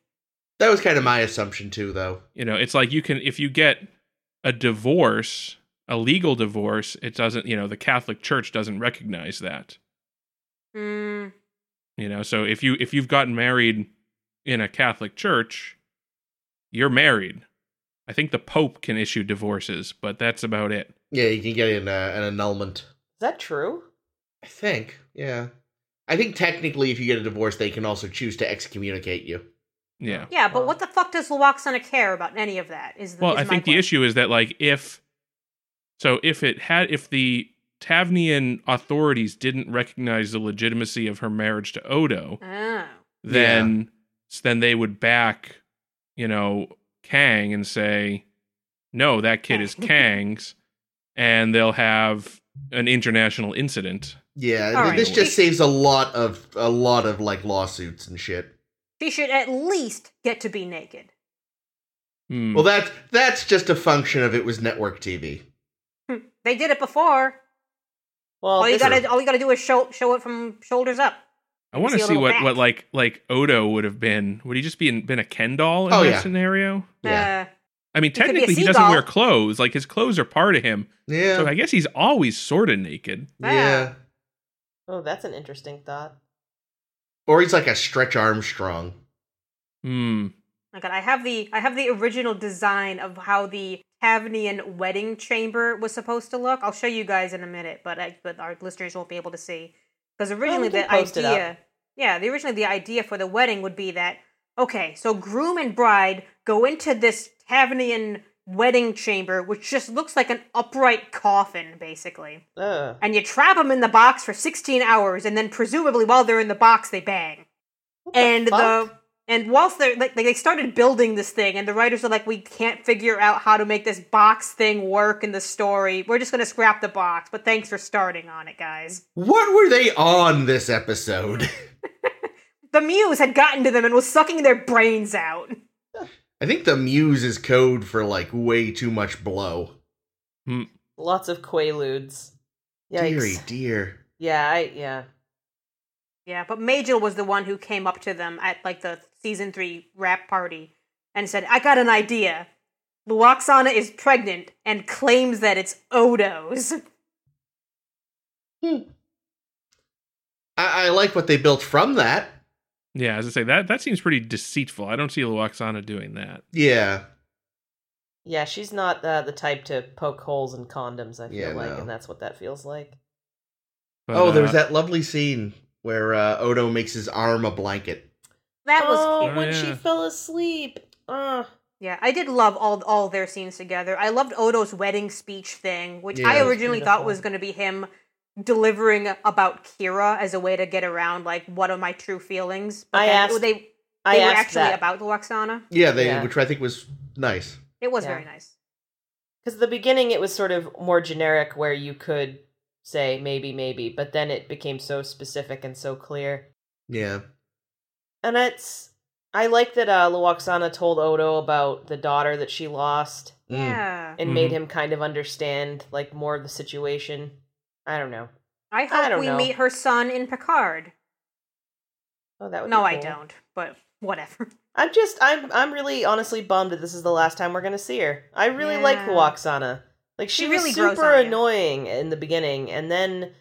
Speaker 4: That was kind of my assumption too, though.
Speaker 3: you know it's like you can if you get a divorce a legal divorce it doesn't you know the catholic church doesn't recognize that
Speaker 2: Mm,
Speaker 3: you know so if you if you've gotten married in a catholic church you're married i think the pope can issue divorces but that's about it
Speaker 4: Yeah, you can get an, uh, an annulment.
Speaker 1: Is that true?
Speaker 4: I think. Yeah. I think technically, if you get a divorce, they can also choose to excommunicate you.
Speaker 3: yeah
Speaker 2: yeah, but what the fuck does Luoxana care about any of that? Is the,
Speaker 3: well
Speaker 2: is
Speaker 3: i
Speaker 2: my
Speaker 3: think the
Speaker 2: point.
Speaker 3: issue is that like if so if it had if the tavnian authorities didn't recognize the legitimacy of her marriage to odo
Speaker 2: Oh.
Speaker 3: then s- then they would back, you know, Kang and say, "No, that kid is Kang's," and they'll have an international incident.
Speaker 4: Yeah,
Speaker 2: All
Speaker 4: th-
Speaker 2: right.
Speaker 4: this just saves a lot of a lot of like lawsuits and shit.
Speaker 2: She should at least get to be naked.
Speaker 3: Hmm.
Speaker 4: Well, that that's just a function of it was network TV.
Speaker 2: Hm, They did it before.
Speaker 1: Well,
Speaker 2: all you
Speaker 1: this-
Speaker 2: gotta all you gotta do is show show it from shoulders up.
Speaker 3: I want to
Speaker 2: see a
Speaker 3: see
Speaker 2: little
Speaker 3: what
Speaker 2: back.
Speaker 3: what like like Odo would have been. Would he just be in, been a Ken doll in
Speaker 4: Oh,
Speaker 3: that
Speaker 4: yeah.
Speaker 3: scenario?
Speaker 4: Yeah,
Speaker 2: Uh,
Speaker 3: I mean,
Speaker 2: could be a
Speaker 3: technically, he doesn't
Speaker 2: seagull.
Speaker 3: wear clothes. Like his clothes are part of him,
Speaker 4: yeah,
Speaker 3: so I guess he's always sort of naked.
Speaker 4: yeah.
Speaker 1: oh, that's an interesting thought.
Speaker 4: Or he's like a Stretch Armstrong.
Speaker 3: Hmm.
Speaker 2: Oh god, I have the I have the original design of how the Tavnian wedding chamber was supposed to look. I'll show you guys in a minute, but I, but our listeners won't be able to see because originally
Speaker 1: can
Speaker 2: the
Speaker 1: post it up.
Speaker 2: idea, yeah, the originally the idea for the wedding would be that okay, so groom and bride go into this Tavnian wedding chamber, which just looks like an upright coffin, basically,
Speaker 1: Ugh.
Speaker 2: and you trap them in the box for sixteen hours, and then presumably while they're in the box, they bang
Speaker 1: What
Speaker 2: and the
Speaker 1: fuck?
Speaker 2: and whilst they're like, like, they started building this thing and the writers are like we can't figure out how to make this box thing work in the story we're just going to scrap the box but thanks for starting on it guys
Speaker 4: What were they on this episode?
Speaker 2: the muse had gotten to them and was sucking their brains out
Speaker 4: I think the muse is code for like way too much blow.
Speaker 1: lots of quaaludes. Yikes.
Speaker 4: Deary dear.
Speaker 1: Yeah, I yeah.
Speaker 2: yeah but major was the one who came up to them at like the season 3 rap party and said i got an idea luoxana is pregnant and claims that it's odo's
Speaker 4: I, I like what they built from that.
Speaker 3: Yeah, as I say, that that seems pretty deceitful. I don't see Luoxana doing that.
Speaker 4: Yeah.
Speaker 1: Yeah, she's not uh, the type to poke holes in condoms, I feel
Speaker 4: Yeah,
Speaker 1: like,
Speaker 4: no.
Speaker 1: and that's what that feels like.
Speaker 3: But,
Speaker 4: oh, there
Speaker 3: uh,
Speaker 4: was that lovely scene where uh, Odo makes his arm a blanket.
Speaker 2: that was
Speaker 1: oh,
Speaker 3: cute.
Speaker 1: when
Speaker 3: Oh,
Speaker 1: she
Speaker 3: yeah.
Speaker 1: fell asleep. Ugh.
Speaker 2: Yeah, I did love all all their scenes together. I loved Odo's wedding speech thing, which
Speaker 4: Yeah, it
Speaker 2: I
Speaker 4: was
Speaker 2: originally thought
Speaker 1: beautiful.
Speaker 2: was going to be him delivering about Kira as a way to get around like what are my true feelings.
Speaker 1: I
Speaker 2: then
Speaker 1: asked-
Speaker 2: they they
Speaker 1: I
Speaker 2: were
Speaker 1: asked
Speaker 2: actually
Speaker 1: that.
Speaker 2: about Luoxana.
Speaker 4: Yeah, they
Speaker 1: Yeah.
Speaker 4: which I think was nice.
Speaker 2: It was
Speaker 1: Yeah.
Speaker 2: very nice.
Speaker 1: Because at the beginning, it was sort of more generic, where you could say maybe, maybe, but then it became so specific and so clear.
Speaker 4: Yeah.
Speaker 1: And it's, I like that uh, Luoxana told Odo about the daughter that she lost
Speaker 4: Mm.
Speaker 2: Yeah.
Speaker 1: and made
Speaker 3: Mhm.
Speaker 1: him kind of understand like more of the situation. I don't know.
Speaker 2: I hope
Speaker 1: don't
Speaker 2: we
Speaker 1: know.
Speaker 2: meet her son in Picard.
Speaker 1: Oh, that would
Speaker 2: No,
Speaker 1: be
Speaker 2: I
Speaker 1: cool.
Speaker 2: don't. But whatever.
Speaker 1: I'm just I'm I'm really honestly bummed that this is the last time we're gonna see her. I really like
Speaker 2: Yeah.
Speaker 1: Huoxana. Like she,
Speaker 2: She
Speaker 1: was
Speaker 2: really grows
Speaker 1: super
Speaker 2: on you.
Speaker 1: annoying in the beginning, and then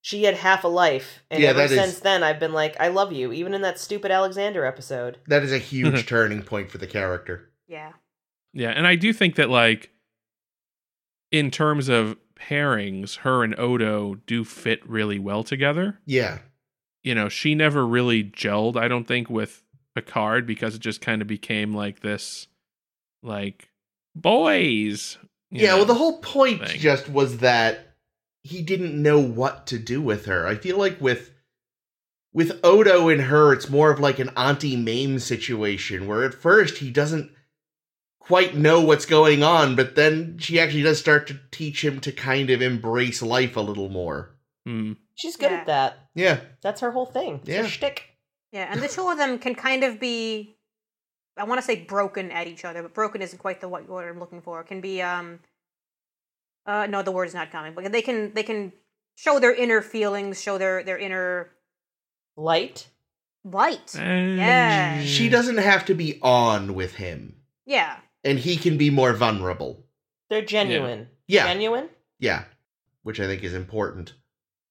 Speaker 1: she had half a life. And
Speaker 4: Yeah,
Speaker 1: ever
Speaker 4: that is-
Speaker 1: since then I've been like, I love you, even in that stupid Alexander episode.
Speaker 4: That is a huge turning point for the character.
Speaker 2: Yeah.
Speaker 3: Yeah, and I do think that like in terms of pairings, her and Odo do fit really well together.
Speaker 4: Yeah.
Speaker 3: You know, she never really gelled, I don't think, with Picard because it just kind of became like this like boys. you
Speaker 4: Yeah,
Speaker 3: know.
Speaker 4: well, the whole point
Speaker 3: thing.
Speaker 4: just was that he didn't know what to do with her. I feel like with with Odo and her, it's more of like an Auntie Mame situation where at first he doesn't quite know what's going on, but then she actually does start to teach him to kind of embrace life a little more.
Speaker 3: Mm.
Speaker 1: She's good
Speaker 2: Yeah.
Speaker 1: at that.
Speaker 4: Yeah,
Speaker 1: That's her whole thing. It's her
Speaker 4: Yeah.
Speaker 1: shtick.
Speaker 2: Yeah. And the two of them can kind of be I want to say broken at each other, but broken isn't quite the what word I'm looking for. Can be um uh no, the word's not coming. But they can they can show their inner feelings, show their their inner
Speaker 1: Light.
Speaker 2: light.
Speaker 3: Eh.
Speaker 4: she doesn't have to be on with him,
Speaker 2: Yeah.
Speaker 4: and he can be more vulnerable.
Speaker 1: They're genuine.
Speaker 4: Yeah.
Speaker 1: Genuine.
Speaker 4: Yeah, which I think is important.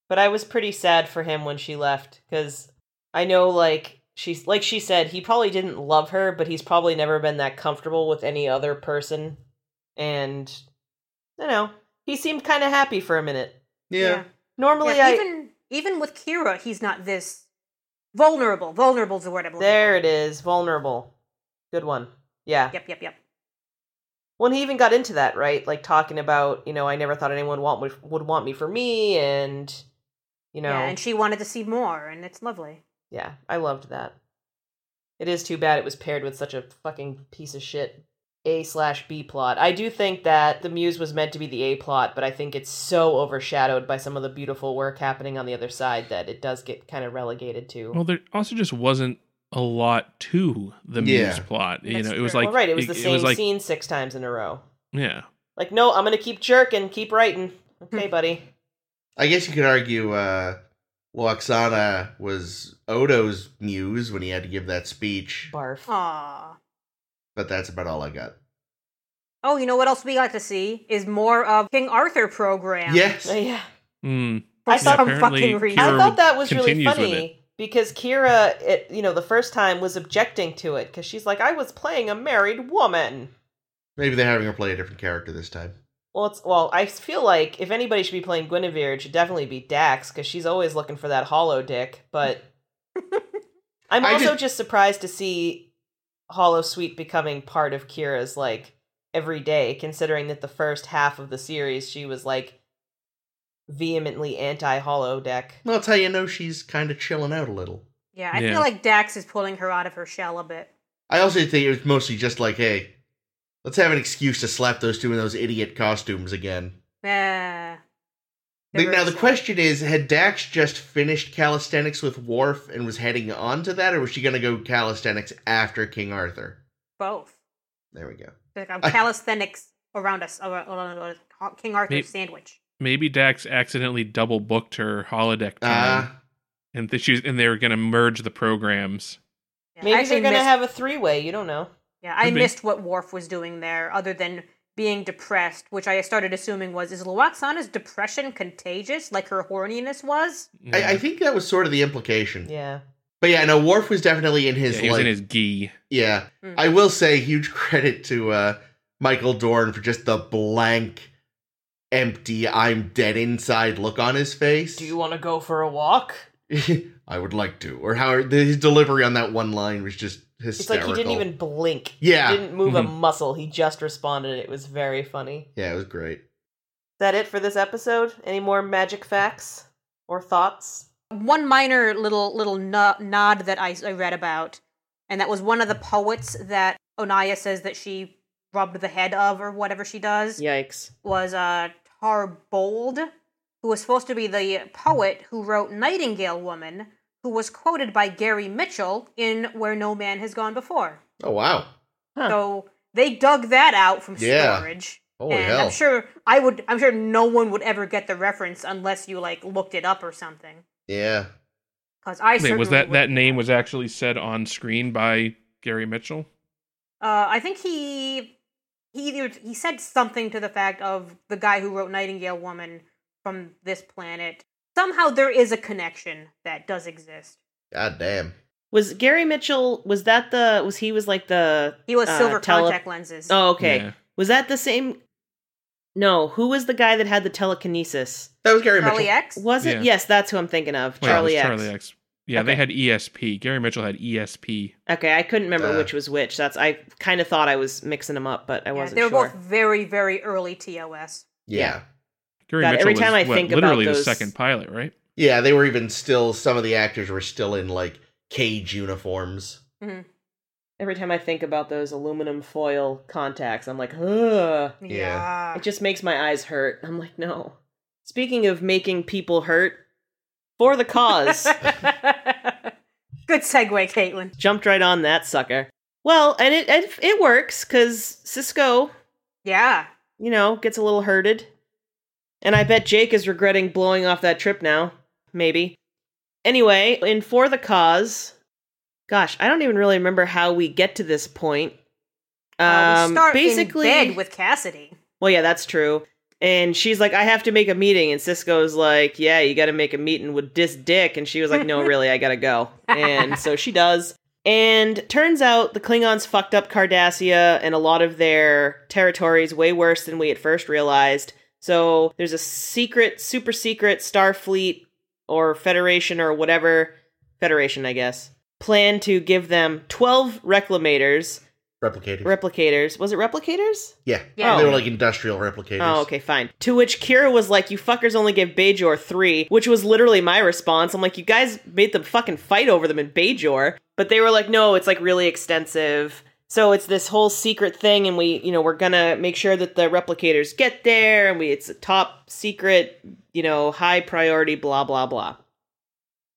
Speaker 1: But I was pretty sad for him when she left because I know, like she's like she said, he probably didn't love her, but he's probably never been that comfortable with any other person. And you know, he seemed kind of happy for a minute. Normally,
Speaker 2: Yeah,
Speaker 1: I
Speaker 2: even even with Kira, he's not this vulnerable. Vulnerable's the word I believe.
Speaker 1: there it is, vulnerable. Good one. Yeah.
Speaker 2: Yep, yep, yep.
Speaker 1: When he even got into that, right? Like talking about, you know, I never thought anyone want me, would want me for me, and you know,
Speaker 2: Yeah, and she wanted to see more, and it's lovely.
Speaker 1: Yeah, I loved that. It is too bad it was paired with such a fucking piece of shit A slash B plot. I do think that the Muse was meant to be the A plot, but I think it's so overshadowed by some of the beautiful work happening on the other side that it does get kind of relegated to.
Speaker 3: Well, there also just wasn't a lot to the
Speaker 4: Yeah.
Speaker 3: muse plot. You
Speaker 2: That's
Speaker 3: know, it was
Speaker 2: true.
Speaker 3: like
Speaker 1: Well, right, it was the same
Speaker 3: like,
Speaker 1: scene six times in a row.
Speaker 3: Yeah.
Speaker 1: Like, no, I'm gonna keep jerking, keep writing.
Speaker 3: Hmm.
Speaker 1: Okay, buddy.
Speaker 4: I guess you could argue uh Loxana was Odo's muse when he had to give that speech,
Speaker 1: Barf.
Speaker 3: Oh.
Speaker 2: Aww.
Speaker 4: but that's about all I got.
Speaker 2: Oh, you know what else we got to see is more of King Arthur program.
Speaker 4: Yes.
Speaker 1: Yeah.
Speaker 3: Mm.
Speaker 2: for
Speaker 1: I thought-
Speaker 2: some
Speaker 3: Apparently
Speaker 2: fucking reason.
Speaker 1: I
Speaker 3: Kira
Speaker 1: thought that was really
Speaker 3: continues with
Speaker 1: funny because Kira, it, you know, the first time was objecting to it because she's like, I was playing a married woman.
Speaker 4: Maybe they're having her play a different character this time.
Speaker 1: Well, it's well. I feel like if anybody should be playing Guinevere, it should definitely be Dax because she's always looking for that hollow dick. But I'm
Speaker 4: I
Speaker 1: also
Speaker 4: just-
Speaker 1: just... surprised to see Hollow Sweet becoming part of Kira's like every day, considering that the first half of the series she was like vehemently anti hollow deck.
Speaker 4: Well, that's how you know she's kind of chilling out a little.
Speaker 2: Yeah, I
Speaker 3: Yeah.
Speaker 2: feel like Dax is pulling her out of her shell a bit.
Speaker 4: I also think it was mostly just like, hey, let's have an excuse to slap those two in those idiot costumes again.
Speaker 2: Yeah.
Speaker 4: But now the question is, had Dax just finished calisthenics with Worf and was heading on to that, or was she going to go calisthenics after King Arthur?
Speaker 2: both.
Speaker 4: There we go.
Speaker 2: Like I'm
Speaker 4: I-
Speaker 2: calisthenics around us around, around around King Arthur
Speaker 3: Maybe-
Speaker 2: sandwich.
Speaker 3: Maybe Dax accidentally double booked her holodeck time,
Speaker 4: Ah,
Speaker 3: and th- she's and they were going to merge the programs.
Speaker 2: Yeah, I
Speaker 1: Maybe
Speaker 2: actually
Speaker 1: they're gonna
Speaker 2: missed-
Speaker 1: have a three way. You don't know.
Speaker 2: Yeah, I
Speaker 3: Could be.
Speaker 2: missed what Worf was doing there, other than being depressed, which I started assuming was is Luoxana's depression contagious, like her horniness was?
Speaker 4: I, I think that was sort of the implication.
Speaker 1: Yeah.
Speaker 4: But yeah, no, Worf was definitely in
Speaker 3: Yeah,
Speaker 4: his
Speaker 3: he was
Speaker 4: like
Speaker 3: in his gi.
Speaker 4: yeah.
Speaker 2: Mm.
Speaker 4: I will say huge credit to uh Michael Dorn for just the blank empty I'm dead inside look on his face.
Speaker 1: Do you want to go for a walk?
Speaker 4: I would like to or how the, his delivery on that one line was just
Speaker 1: It's
Speaker 4: hysterical.
Speaker 1: like he didn't even blink.
Speaker 4: Yeah. Mm-hmm.
Speaker 1: Didn't move a
Speaker 3: Mhm.
Speaker 1: muscle. He just responded. It was very funny.
Speaker 4: yeah, it was great.
Speaker 1: Is that it for this episode? Any more magic facts or thoughts?
Speaker 2: one minor little little no- nod that I, I read about, and that was one of the poets that Onaya says that she rubbed the head of or whatever she does
Speaker 1: Yikes.
Speaker 2: was uh, Tarbold, who was supposed to be the poet who wrote Nightingale Woman, who was quoted by Gary Mitchell in Where No Man Has Gone Before.
Speaker 4: Oh wow.
Speaker 1: Huh.
Speaker 2: So they dug that out from
Speaker 4: Yeah.
Speaker 2: storage.
Speaker 4: Holy
Speaker 2: and
Speaker 4: hell!
Speaker 2: I'm sure I would. I'm sure no one would ever get the reference unless you like looked it up or something.
Speaker 4: yeah.
Speaker 2: Because I
Speaker 3: Wait, was
Speaker 2: certainly
Speaker 3: that that
Speaker 2: wouldn't
Speaker 3: name
Speaker 2: have.
Speaker 3: was actually said on screen by Gary Mitchell?
Speaker 2: Uh, I think he he either he said something to the fact of the guy who wrote Nightingale Woman from this planet. Somehow there is a connection that does exist.
Speaker 4: God damn.
Speaker 1: Was Gary Mitchell? Was that the? Was he was like the?
Speaker 2: He was
Speaker 1: Uh,
Speaker 2: silver
Speaker 1: tele-
Speaker 2: contact lenses.
Speaker 1: Oh, okay.
Speaker 3: Yeah.
Speaker 1: Was that the same? No, who was the guy that had the telekinesis?
Speaker 4: That was Gary
Speaker 2: Charlie
Speaker 4: Mitchell.
Speaker 2: E X.
Speaker 1: Was it?
Speaker 3: Yeah.
Speaker 1: Yes, that's who I'm thinking of.
Speaker 3: Wait, it
Speaker 1: Charlie
Speaker 3: was
Speaker 1: X.
Speaker 3: Charlie X. Yeah, they
Speaker 1: Okay.
Speaker 3: had ESP. Gary Mitchell had E ESP.
Speaker 1: Okay, I couldn't remember
Speaker 4: Uh.
Speaker 1: which was which. That's I kind of thought I was mixing them up, but I
Speaker 2: Yeah,
Speaker 1: wasn't
Speaker 2: they were
Speaker 1: sure.
Speaker 2: both very very early TOS.
Speaker 4: Yeah.
Speaker 3: Gary
Speaker 1: God,
Speaker 3: Mitchell
Speaker 1: every
Speaker 3: was,
Speaker 1: time I
Speaker 3: what,
Speaker 1: think about
Speaker 3: literally the
Speaker 1: those-
Speaker 3: second pilot, right?
Speaker 4: Yeah, they were even still some of the actors were still in like cage uniforms.
Speaker 1: Every time I think about those aluminum foil contacts, I'm like, ugh.
Speaker 4: Yeah.
Speaker 1: It just makes my eyes hurt. I'm like, no. Speaking of making people hurt, for the cause.
Speaker 2: Good segue, Caitlin.
Speaker 1: Jumped right on that sucker. Well, and it it, it works because Cisco,
Speaker 2: Yeah.
Speaker 1: you know, gets a little hurted. And I bet Jake is regretting blowing off that trip now. Maybe. Anyway, in For the Cause, gosh, I don't even really remember how we get to this point.
Speaker 2: Uh, we start
Speaker 1: Um, basically,
Speaker 2: in bed with Cassidy.
Speaker 1: Well, yeah, that's true. And she's like, I have to make a meeting. And Cisco's like, Yeah, you got to make a meeting with this dick. And she was like, No, really, I got to go. And so she does. And turns out the Klingons fucked up Cardassia and a lot of their territories way worse than we at first realized. So there's a secret, super secret Starfleet or Federation or whatever, Federation, I guess, plan to give them 12 reclamators,
Speaker 4: Replicated.
Speaker 1: replicators. Was it replicators?
Speaker 4: yeah.
Speaker 2: Yeah.
Speaker 4: They were like industrial replicators.
Speaker 1: Oh, okay, fine. To which Kira was like, "You fuckers only gave Bajor three, which was literally my response. I'm like, "You guys made them fucking fight over them in Bajor," but they were like, "No, it's like really extensive." So it's this whole secret thing, and we, you know, we're gonna make sure that the replicators get there, and we, it's a top secret, you know, high priority, blah blah blah.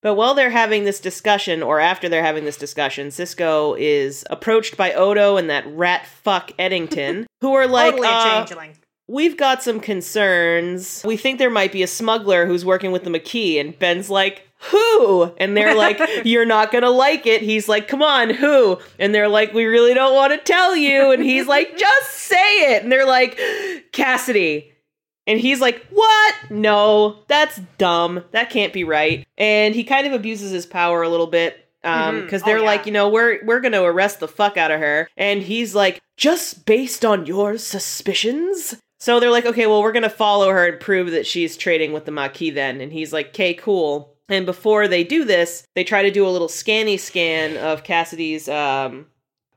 Speaker 1: But while they're having this discussion, or after they're having this discussion, Cisco is approached by Odo and that rat fuck Eddington, who are like,
Speaker 2: totally
Speaker 1: uh,
Speaker 2: a changeling.
Speaker 1: We've got some concerns. We think there might be a smuggler who's working with the McKee. And Ben's like, Who? And they're like, You're not going to like it. He's like, Come on, who? And they're like, We really don't want to tell you. And he's like, Just say it. And they're like, Cassidy. And he's like, What? No, that's dumb. That can't be right. And he kind of abuses his power a little bit. Um,
Speaker 2: Mhm.
Speaker 1: because
Speaker 2: Oh,
Speaker 1: they're like,
Speaker 2: yeah.
Speaker 1: you know, we're we're gonna arrest the fuck out of her. And he's like, just based on your suspicions? So they're like, okay, well, we're gonna follow her and prove that she's trading with the Maquis then. And he's like, okay, cool. And before they do this, they try to do a little scanny scan of Cassidy's um,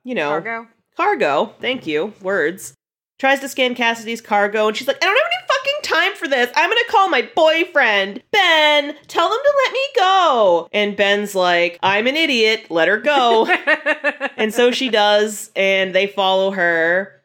Speaker 1: you know,
Speaker 2: Cargo.
Speaker 1: cargo. Thank you. Words. Tries to scan Cassidy's cargo, and she's like, I don't have any fucking time for this. I'm gonna call my boyfriend, Ben. Tell them to let me go. And Ben's like, I'm an idiot. Let her go. and so she does, and they follow her.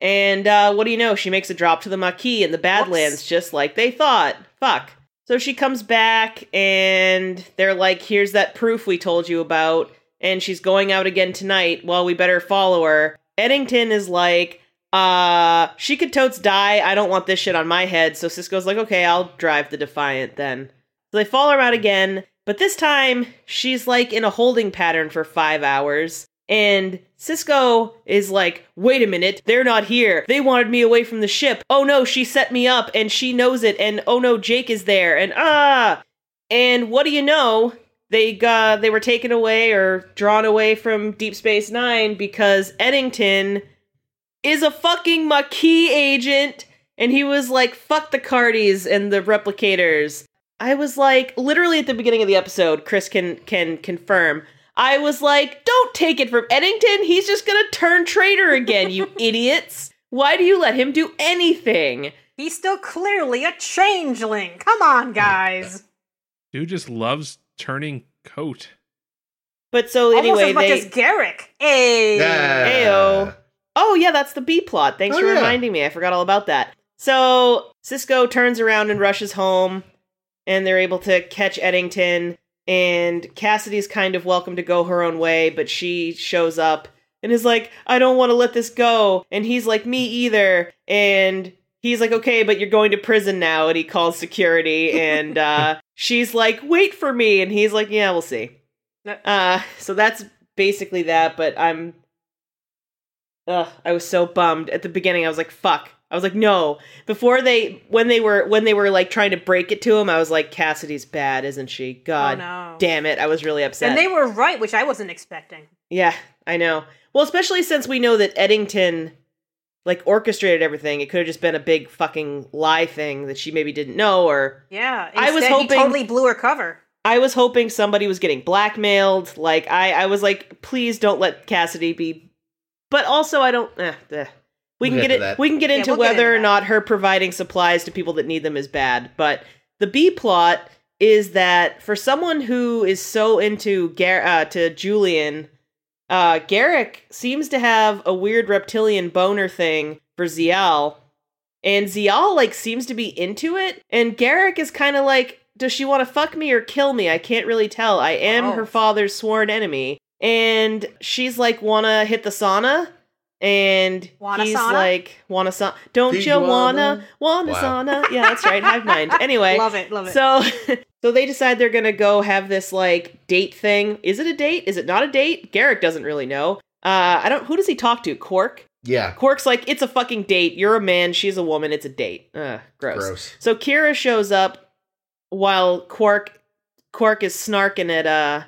Speaker 1: And uh, what do you know? She makes a drop to the Maquis in the Badlands,
Speaker 2: Whoops.
Speaker 1: just like they thought. Fuck. So she comes back, and they're like, "Here's that proof we told you about." And she's going out again tonight. Well, we better follow her. Eddington is like, "Uh, she could totes die. I don't want this shit on my head." So Cisco's like, "Okay, I'll drive the Defiant then." So they follow her out again, but this time she's like in a holding pattern for five hours. And Cisco is like, wait a minute, they're not here. They wanted me away from the ship. Oh no, she set me up and she knows it. And oh no, Jake is there. And ah. And what do you know? They got, they were taken away or drawn away from Deep Space Nine because Eddington is a fucking Maquis agent. And he was like, fuck the Cardis and the replicators. I was like, literally at the beginning of the episode, Chris can can confirm. I was like, don't take it from Eddington. He's just gonna turn traitor again, you idiots. Why do you let him do anything?
Speaker 2: He's still clearly a changeling. Come on, guys.
Speaker 3: Dude just loves turning coat.
Speaker 1: But so
Speaker 2: Almost
Speaker 1: anyway,
Speaker 2: as much
Speaker 1: they.
Speaker 2: as Garrick. Hey.
Speaker 4: Yeah.
Speaker 1: Ayo. oh yeah, that's the B plot. Thanks
Speaker 4: Oh,
Speaker 1: for
Speaker 4: yeah.
Speaker 1: reminding me. I forgot all about that. So Cisco turns around and rushes home, and they're able to catch Eddington. And Cassidy's kind of welcome to go her own way, but she shows up and is like, I don't want to let this go. And he's like, Me either. And he's like, Okay, but you're going to prison now. And he calls security. And uh, she's like, Wait for me. And he's like, Yeah, we'll see.
Speaker 2: No.
Speaker 1: Uh, so that's basically that. But I'm. Ugh, I was so bummed at the beginning. I was like, "Fuck!" I was like, "No." Before they, when they were, when they were like trying to break it to him, I was like, "Cassidy's bad, isn't she?" God
Speaker 2: oh no.
Speaker 1: damn it! I was really upset.
Speaker 2: And they were right, which I wasn't expecting.
Speaker 1: Yeah, I know. Well, especially since we know that Eddington like orchestrated everything. It could have just been a big fucking lie thing that she maybe didn't know or
Speaker 2: Yeah,
Speaker 1: I was
Speaker 2: instead
Speaker 1: hoping-
Speaker 2: he totally blew her cover.
Speaker 1: I was hoping somebody was getting blackmailed. Like I I was like please don't let Cassidy be but also I don't eh, eh. We
Speaker 4: We'll
Speaker 1: can
Speaker 4: get
Speaker 1: get
Speaker 4: to
Speaker 1: it
Speaker 4: that.
Speaker 1: we can get
Speaker 2: Yeah,
Speaker 1: into
Speaker 2: we'll get
Speaker 1: whether
Speaker 2: into
Speaker 1: or
Speaker 2: that.
Speaker 1: not her providing supplies to people that need them is bad, but the B plot is that for someone who is so into Gar- uh, to Julian, uh, Garrick seems to have a weird reptilian boner thing for Zial, and Zial like seems to be into it, and Garrick is kind of like, does she want to fuck me or kill me? I can't really tell. I am
Speaker 2: Wow.
Speaker 1: her father's sworn enemy, and she's like, wanna hit the sauna. And
Speaker 2: Wanna
Speaker 1: he's
Speaker 2: sauna?
Speaker 1: like, wanna sauna? Don't
Speaker 4: Do
Speaker 1: you wanna wanna
Speaker 4: Wow.
Speaker 1: sauna? Yeah, that's right. Hive mind. Anyway,
Speaker 2: Love it, love it.
Speaker 1: so so they decide they're gonna go have this like date thing. Is it a date? Is it not a date? Garrick doesn't really know. Uh, I don't. Who does he talk to? Cork.
Speaker 4: Yeah,
Speaker 1: Cork's like, it's a fucking date. You're a man. She's a woman. It's a date. Ugh, gross.
Speaker 4: gross.
Speaker 1: So Kira shows up while Quark Quark is snarking at uh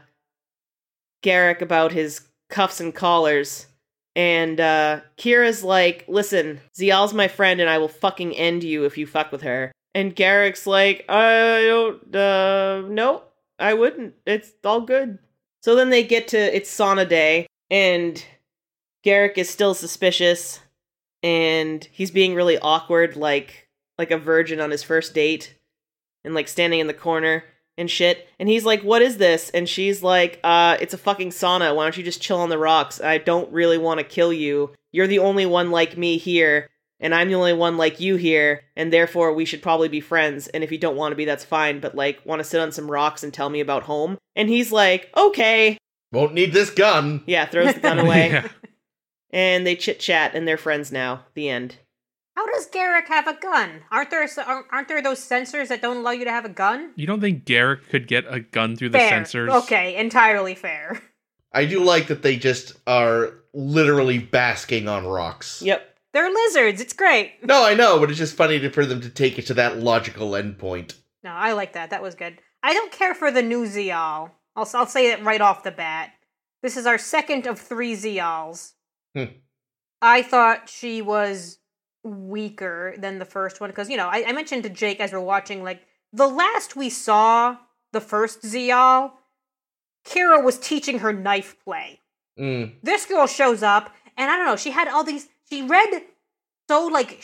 Speaker 1: Garrick about his cuffs and collars. And uh Kira's like, listen, Zial's my friend and I will fucking end you if you fuck with her. And Garrick's like, I don't uh no, I wouldn't. It's all good. So then they get to it's sauna day and Garrick is still suspicious and he's being really awkward like like a virgin on his first date and like standing in the corner and shit and he's like what is this and she's like uh it's a fucking sauna why don't you just chill on the rocks i don't really want to kill you you're the only one like me here and i'm the only one like you here and therefore we should probably be friends and if you don't want to be that's fine but like want to sit on some rocks and tell me about home and he's like okay
Speaker 4: Won't need this gun.
Speaker 1: yeah throws the gun away
Speaker 3: Yeah.
Speaker 1: and they chit chat and they're friends now the end
Speaker 2: How does Garrick have a gun? Aren't there s- aren't aren't there those sensors that don't allow you to have a gun?
Speaker 3: You don't think Garrick could get a gun through the
Speaker 2: fair.
Speaker 3: sensors?
Speaker 2: Okay, entirely fair.
Speaker 4: I do like that they just are literally basking on rocks.
Speaker 1: yep
Speaker 2: They're lizards. It's great.
Speaker 4: No, I know, but it's just funny to, for them to take it to that logical endpoint.
Speaker 2: No, I like that. That was good. I don't care for the new Zeal. I'll, I'll say it right off the bat. This is our second of three Zeals.
Speaker 4: Hmm.
Speaker 2: I thought she was weaker than the first one because, you know, I, I mentioned to Jake as we're watching, like, the last we saw the first Zeal, Kira was teaching her knife play
Speaker 4: Mm.
Speaker 2: this girl shows up and i don't know she had all these she read so like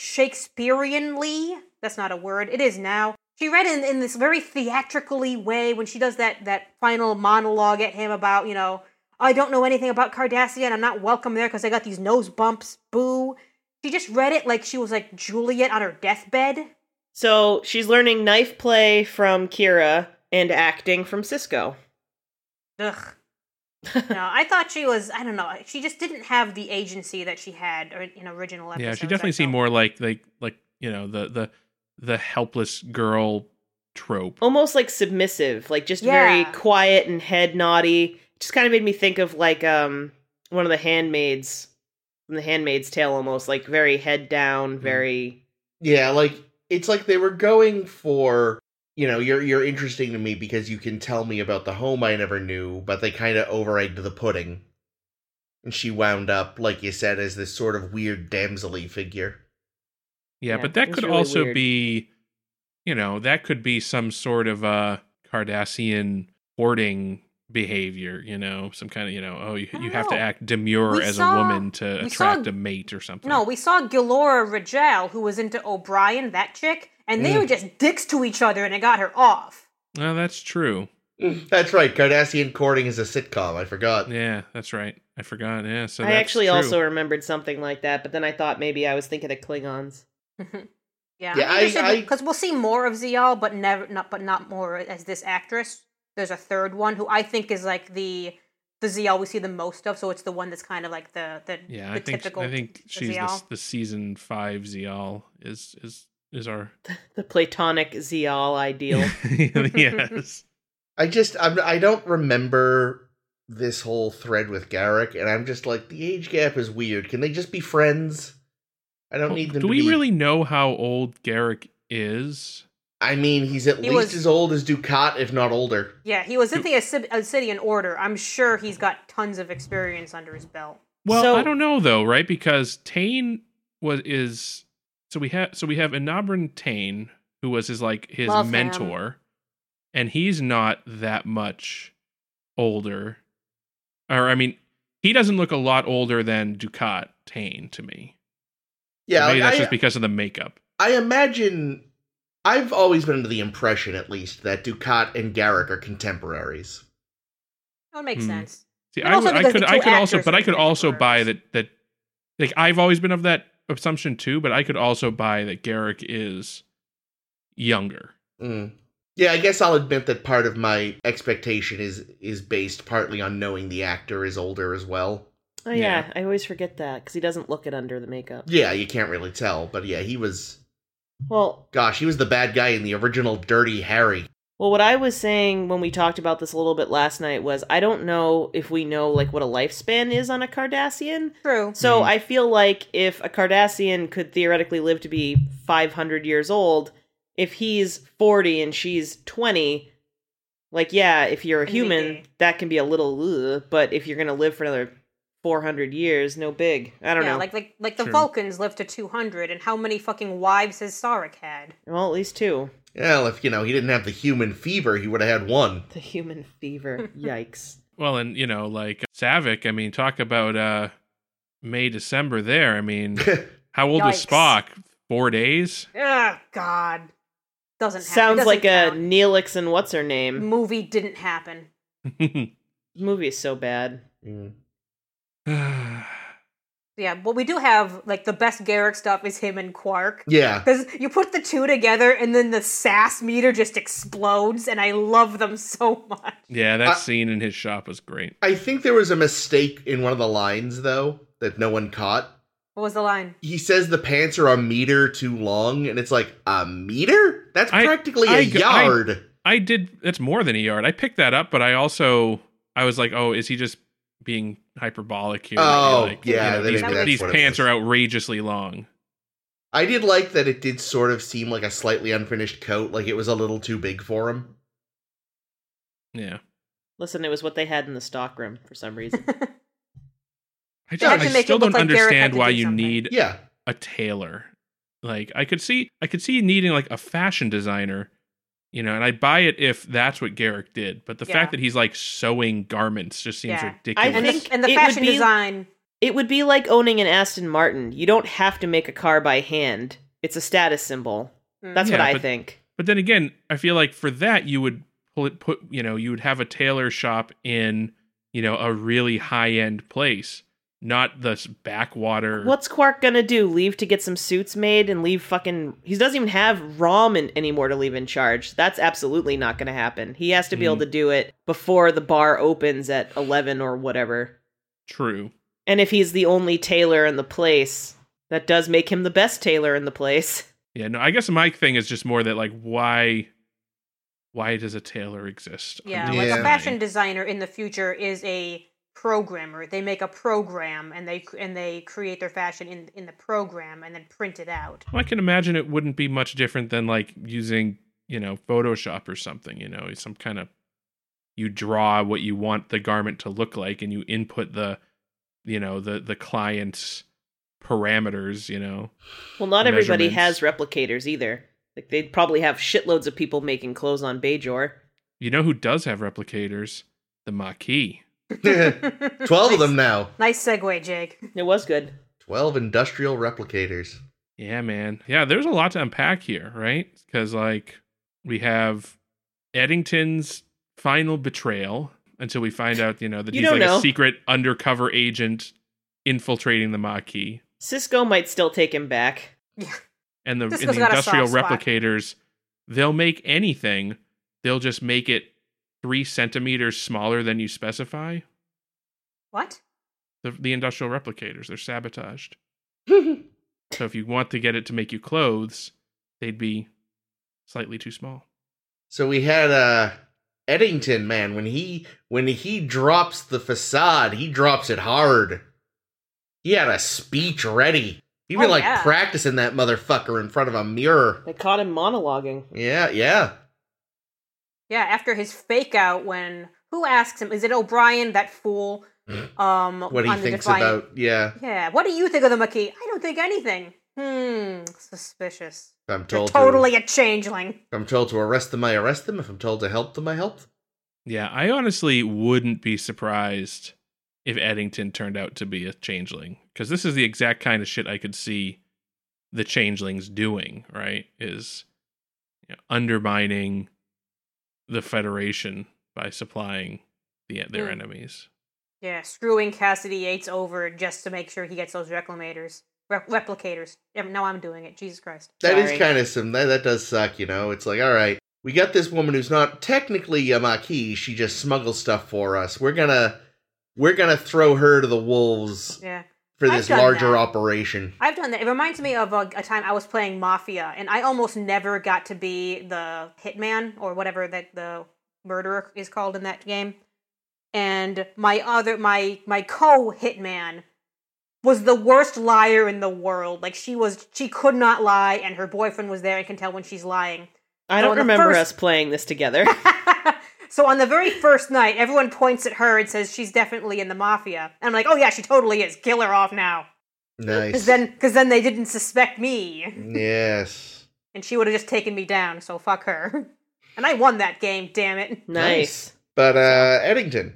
Speaker 2: shakespeareanly that's not a word it is now she read in, in this very theatrically way when she does that that final monologue at him about you know i don't know anything about cardassia and i'm not welcome there because i got these nose bumps boo she just read it like she was like juliet on her deathbed
Speaker 1: So she's learning knife play from Kira and acting from Cisco.
Speaker 2: Ugh. no, I thought she was. I don't know. She just didn't have the agency that she had or- in original episodes.
Speaker 3: Yeah, she
Speaker 2: I
Speaker 3: definitely seemed
Speaker 2: felt.
Speaker 3: more like like like you know the the the helpless girl trope.
Speaker 1: Almost like submissive, like just very
Speaker 2: Yeah.
Speaker 1: quiet and head naughty. Just kind of made me think of like um one of the handmaids from the handmaid's tale almost, like very head down,
Speaker 3: Hmm.
Speaker 1: very
Speaker 4: Yeah, like it's like they were going for you know you're you're interesting to me because you can tell me about the home I never knew, but they kind of over egged the pudding, and she wound up like you said as this sort of weird damselly figure.
Speaker 3: Yeah,
Speaker 1: Yeah,
Speaker 3: but
Speaker 1: it
Speaker 3: that
Speaker 1: was
Speaker 3: could
Speaker 1: really
Speaker 3: also
Speaker 1: weird.
Speaker 3: be, you know, that could be some sort of a Cardassian hoarding behavior. You know, some kind of you know, oh, you,
Speaker 2: I
Speaker 3: you
Speaker 2: don't
Speaker 3: have to
Speaker 2: know.
Speaker 3: act demure
Speaker 2: We
Speaker 3: as
Speaker 2: saw-
Speaker 3: a woman to
Speaker 2: we
Speaker 3: attract
Speaker 2: saw-
Speaker 3: a mate or something.
Speaker 2: No, we saw Gilora Rajal, who was into O'Brien, that chick, and they
Speaker 4: Mm.
Speaker 2: were just dicks to each other, and it got her off.
Speaker 3: oh, that's true.
Speaker 4: Mm, That's right, Cardassian courting is a sitcom. I forgot.
Speaker 3: Yeah, that's right. I forgot. Yeah, so
Speaker 1: I
Speaker 3: that's
Speaker 1: actually
Speaker 3: true.
Speaker 1: also remembered something like that, but then I thought maybe I was thinking of Klingons.
Speaker 3: Mm-hmm.
Speaker 2: yeah,
Speaker 4: Yeah, I- I-
Speaker 2: because we'll see more of Zial, but never, not, but not more as this actress. There's a third one who I think is like the the Zial we see the most of, so it's the one that's kind of like the the,
Speaker 3: Yeah,
Speaker 2: the
Speaker 3: I think
Speaker 2: typical.
Speaker 3: I think she's the, s-
Speaker 2: Zial.
Speaker 3: the season five Zial is is is our
Speaker 1: The platonic Zial ideal.
Speaker 3: yes.
Speaker 4: I just I'm, I don't remember this whole thread with Garrick, and I'm just like the age gap is weird. Can they just be friends? I don't
Speaker 3: Well,
Speaker 4: need them.
Speaker 3: Do
Speaker 4: to
Speaker 3: we
Speaker 4: be-
Speaker 3: really know how old Garrick is?
Speaker 4: I mean, he's at
Speaker 2: He
Speaker 4: least
Speaker 2: was-
Speaker 4: as old as Ducat, if not older.
Speaker 2: yeah, he was in the Ascid- Obsidian Order. I'm sure he's
Speaker 3: Mm-hmm.
Speaker 2: got tons of experience under his belt.
Speaker 3: Well,
Speaker 1: So-
Speaker 3: I don't know though, right? Because Tane was is so we have so we have Inabrin Tane, who was his like his
Speaker 2: Love him.
Speaker 3: mentor, and he's not that much older. Or I mean, he doesn't look a lot older than Ducat Tane to me.
Speaker 4: Yeah,
Speaker 3: maybe
Speaker 4: like,
Speaker 3: that's
Speaker 4: I,
Speaker 3: just because of the makeup.
Speaker 4: I imagine. I've always been under the impression, at least, that Ducat and Garrick are contemporaries.
Speaker 2: That would make
Speaker 3: Hmm.
Speaker 2: sense.
Speaker 3: See,
Speaker 2: But
Speaker 3: I,
Speaker 2: also
Speaker 3: would, I
Speaker 2: because
Speaker 3: could,
Speaker 2: the
Speaker 3: I
Speaker 2: two
Speaker 3: could also,
Speaker 2: actors
Speaker 3: but
Speaker 2: are
Speaker 3: I could also buy
Speaker 2: contemporaries.
Speaker 3: that that like I've always been of that assumption too. But I could also buy that Garrick is younger.
Speaker 4: Mm. Yeah, I guess I'll admit that part of my expectation is is based partly on knowing the actor is older as well.
Speaker 1: Oh yeah, I always forget that because he doesn't look it under the makeup.
Speaker 4: Yeah, you can't really tell, but yeah, he was.
Speaker 1: Well,
Speaker 4: Gosh, he was the bad guy in the original Dirty Harry.
Speaker 1: well, what I was saying when we talked about this a little bit last night was I don't know if we know like what a lifespan is on a Cardassian.
Speaker 2: True.
Speaker 1: So
Speaker 3: Mhm.
Speaker 1: I feel like if a Cardassian could theoretically live to be 500 years old, if he's 40 and she's 20, like yeah, if you're a
Speaker 2: Can be
Speaker 1: human,
Speaker 2: gay.
Speaker 1: that can be a little, ugh, but if you're gonna live for another 400 years, no big. I don't
Speaker 2: yeah,
Speaker 1: know.
Speaker 2: like like like the
Speaker 3: Sure.
Speaker 2: Vulcans lived to 200, and how many fucking wives has Sarek had?
Speaker 1: well, at least two.
Speaker 4: Well, if you know he didn't have the human fever, he would have had one.
Speaker 1: The human fever. Yikes.
Speaker 3: Well, and you know, like Savick. I mean, talk about uh May December there. I mean, how old
Speaker 2: Yikes.
Speaker 3: was Spock? Four days.
Speaker 2: Ugh, God, doesn't happen.
Speaker 1: Sounds
Speaker 2: doesn't
Speaker 1: like a
Speaker 2: count. Mm.
Speaker 1: Neelix and what's her name.
Speaker 2: movie didn't happen.
Speaker 1: The movie is so bad.
Speaker 4: Mm.
Speaker 3: yeah,
Speaker 2: Yeah, but we do have like the best Garrick stuff is him and Quark.
Speaker 4: Yeah,
Speaker 2: Because you put the two together and then the sass meter just explodes, and I love them so much.
Speaker 3: that
Speaker 4: I-
Speaker 3: scene in his shop was great.
Speaker 4: I think there was a mistake in one of the lines though that no one caught.
Speaker 2: What was the line?
Speaker 4: He says the pants are a meter too long, and it's like a meter. That's
Speaker 3: I-
Speaker 4: practically a
Speaker 3: I- I-
Speaker 4: yard.
Speaker 3: I did. That's more than a yard. I picked that up, but I also I was like, oh, is he just being hyperbolic here?
Speaker 4: Oh,
Speaker 3: Like,
Speaker 4: yeah,
Speaker 2: maybe
Speaker 3: these,
Speaker 2: that's
Speaker 3: these
Speaker 4: what it
Speaker 3: pants
Speaker 4: was.
Speaker 3: are outrageously long.
Speaker 4: I did like that it did sort of seem like a slightly unfinished coat, like it was a little too big for him.
Speaker 3: Yeah,
Speaker 1: Listen, it was what they had in the stockroom for some reason.
Speaker 3: I
Speaker 4: They had
Speaker 3: just
Speaker 4: to
Speaker 3: I
Speaker 2: make it
Speaker 3: still
Speaker 2: look
Speaker 3: don't
Speaker 2: like Derek had
Speaker 3: understand
Speaker 2: to
Speaker 3: why
Speaker 2: do
Speaker 3: you
Speaker 2: something.
Speaker 3: need
Speaker 4: Yeah.
Speaker 3: a tailor. Like I could see, I could see needing like a fashion designer, you know. And I buy it if that's what Garrick did. But the
Speaker 2: Yeah.
Speaker 3: fact that he's like sewing garments just seems
Speaker 2: Yeah. I
Speaker 3: ridiculous.
Speaker 2: And
Speaker 1: think
Speaker 2: the, and the
Speaker 1: it would
Speaker 2: fashion
Speaker 1: be-
Speaker 2: design.
Speaker 1: it would be like owning an Aston Martin. You don't have to make a car by hand. It's a status symbol.
Speaker 2: Mm.
Speaker 1: That's what
Speaker 3: Yeah,
Speaker 1: I
Speaker 3: but-
Speaker 1: think.
Speaker 3: But then again, I feel like for that you would pull it, put you know you would have a tailor shop in you know a really high end place, not this backwater.
Speaker 1: What's Quark gonna do? Leave to get some suits made and leave fucking. He doesn't even have Rom in- anymore to leave in charge. That's absolutely not gonna happen. He has to be
Speaker 3: Mm.
Speaker 1: able to do it before the bar opens at 11 or whatever.
Speaker 3: true?
Speaker 1: And if he's the only tailor in the place, that does make him the best tailor in the place.
Speaker 3: Yeah, no. I guess my thing is just more that like why, why does a tailor exist?
Speaker 2: Yeah,
Speaker 3: under
Speaker 2: like
Speaker 4: Yeah.
Speaker 2: a
Speaker 3: design?
Speaker 2: fashion designer in the future is a programmer. They make a program and they and they create their fashion in in the program and then print it out.
Speaker 3: Well, I can imagine it wouldn't be much different than like using, you know, Photoshop or something, you know, some kind of you draw what you want the garment to look like and you input the you know, the the client's parameters, you know.
Speaker 1: Well, not everybody has
Speaker 3: Measurements.
Speaker 1: replicators either. Like they'd probably have shitloads of people making clothes on Bajor.
Speaker 3: You know who does have replicators? The Maquis.
Speaker 4: 12 of them now.
Speaker 2: Nice segue, Jake.
Speaker 1: It was good.
Speaker 4: 12 industrial replicators.
Speaker 3: Yeah, man. Yeah, there's a lot to unpack here, right? Because like we have Eddington's final betrayal until we find out, you know, that
Speaker 1: You
Speaker 3: he's
Speaker 1: don't
Speaker 3: like
Speaker 1: know.
Speaker 3: a secret undercover agent infiltrating the Maquis.
Speaker 1: Cisco might still take him back.
Speaker 3: and the, and
Speaker 2: Cisco's
Speaker 3: the
Speaker 2: got a
Speaker 3: industrial
Speaker 2: soft spot.
Speaker 3: replicators, they'll make anything. They'll just make it three centimeters smaller than you specify.
Speaker 2: What?
Speaker 3: The, the industrial replicators, they're sabotaged. So if you want to get it to make you clothes, they'd be slightly too small.
Speaker 4: so we had uh Eddington man when he when he drops the facade, he drops it hard. He had a speech ready. He been
Speaker 2: Oh,
Speaker 4: like
Speaker 2: yeah.
Speaker 4: practicing that motherfucker in front of a mirror.
Speaker 1: They caught him monologuing.
Speaker 4: Yeah, yeah.
Speaker 2: Yeah, after his fake out when who asks him? Is it O'Brien that fool? Um,
Speaker 4: Mm-hmm. What he
Speaker 2: on the
Speaker 4: thinks
Speaker 2: Defiant-
Speaker 4: about yeah,
Speaker 2: Yeah. What do you think of the McKee? I don't think anything. Hmm. Suspicious.
Speaker 4: if I'm
Speaker 2: You're
Speaker 4: told to
Speaker 2: totally a changeling.
Speaker 4: If I'm told to arrest them, I arrest them. If I'm told to help them, I help them.
Speaker 3: Yeah, I honestly wouldn't be surprised if Eddington turned out to be a changeling because this is the exact kind of shit I could see the changelings doing, right? Is you know, undermining the Federation by supplying the, their
Speaker 2: Mm.
Speaker 3: enemies.
Speaker 2: Yeah, screwing Cassidy Yates over just to make sure he gets those reclamators, rep- replicators. Yeah, now I'm doing it. Jesus Christ.
Speaker 4: That is
Speaker 1: Sorry.
Speaker 4: kind of some. That, that does suck, you know. It's like, all right, we got this woman who's not technically a Maquis. She just smuggles stuff for us. We're gonna, we're gonna throw her to the wolves
Speaker 2: Yeah.
Speaker 4: for
Speaker 2: I've
Speaker 4: this
Speaker 2: done
Speaker 4: larger
Speaker 2: that.
Speaker 4: operation.
Speaker 2: I've done that. It reminds me of a, a time I was playing Mafia, and I almost never got to be the hitman or whatever that the murderer is called in that game. And my other, my my co hitman was the worst liar in the world. Like she was, she could not lie, and her boyfriend was there and can tell when she's lying.
Speaker 1: I
Speaker 2: So
Speaker 1: don't
Speaker 2: in the
Speaker 1: remember
Speaker 2: first-
Speaker 1: us playing this together.
Speaker 2: so on the very first night, everyone points at her and says she's definitely in the mafia. And I'm like, oh yeah, she totally is. Kill her off now, because
Speaker 4: Nice.
Speaker 2: then because then they didn't suspect me,
Speaker 4: yes.
Speaker 2: and she would have just taken me down. So fuck her. And I won that game. Damn it.
Speaker 1: nice.
Speaker 4: But uh Eddington.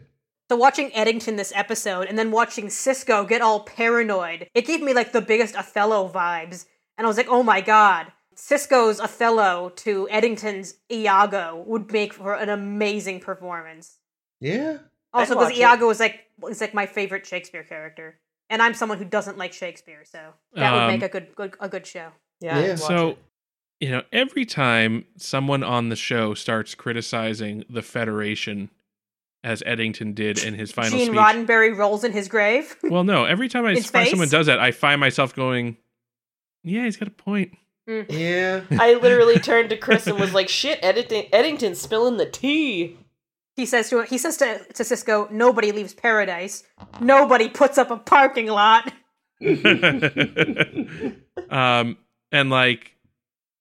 Speaker 2: So watching Eddington this episode, and then watching Cisco get all paranoid, it gave me like the biggest Othello vibes. And I was like, oh my god. Cisco's Othello to Eddington's Iago would make for an amazing performance.
Speaker 4: Yeah.
Speaker 2: Also,
Speaker 1: I'd
Speaker 2: because
Speaker 1: watch it.
Speaker 2: Iago is like is like my favorite Shakespeare character, and I'm someone who doesn't like Shakespeare, so that
Speaker 3: Um,
Speaker 2: would make a good, good a good show.
Speaker 1: Yeah. I'd
Speaker 4: Yeah.
Speaker 1: watch
Speaker 3: So,
Speaker 1: it.
Speaker 3: you know, every time someone on the show starts criticizing the Federation, as Eddington did in his final
Speaker 2: Gene
Speaker 3: speech.
Speaker 2: Roddenberry rolls in his grave.
Speaker 3: Well, no, every time I
Speaker 2: In
Speaker 3: find someone
Speaker 2: space?
Speaker 3: does that, I find myself going, "Yeah, he's got a point."
Speaker 4: Yeah.
Speaker 1: I literally turned to Chris and was like, "Shit, Eddington, Eddington's spilling the tea."
Speaker 2: He says to he says to, to Cisco, "Nobody leaves paradise. Nobody puts up a parking lot."
Speaker 3: um, and like,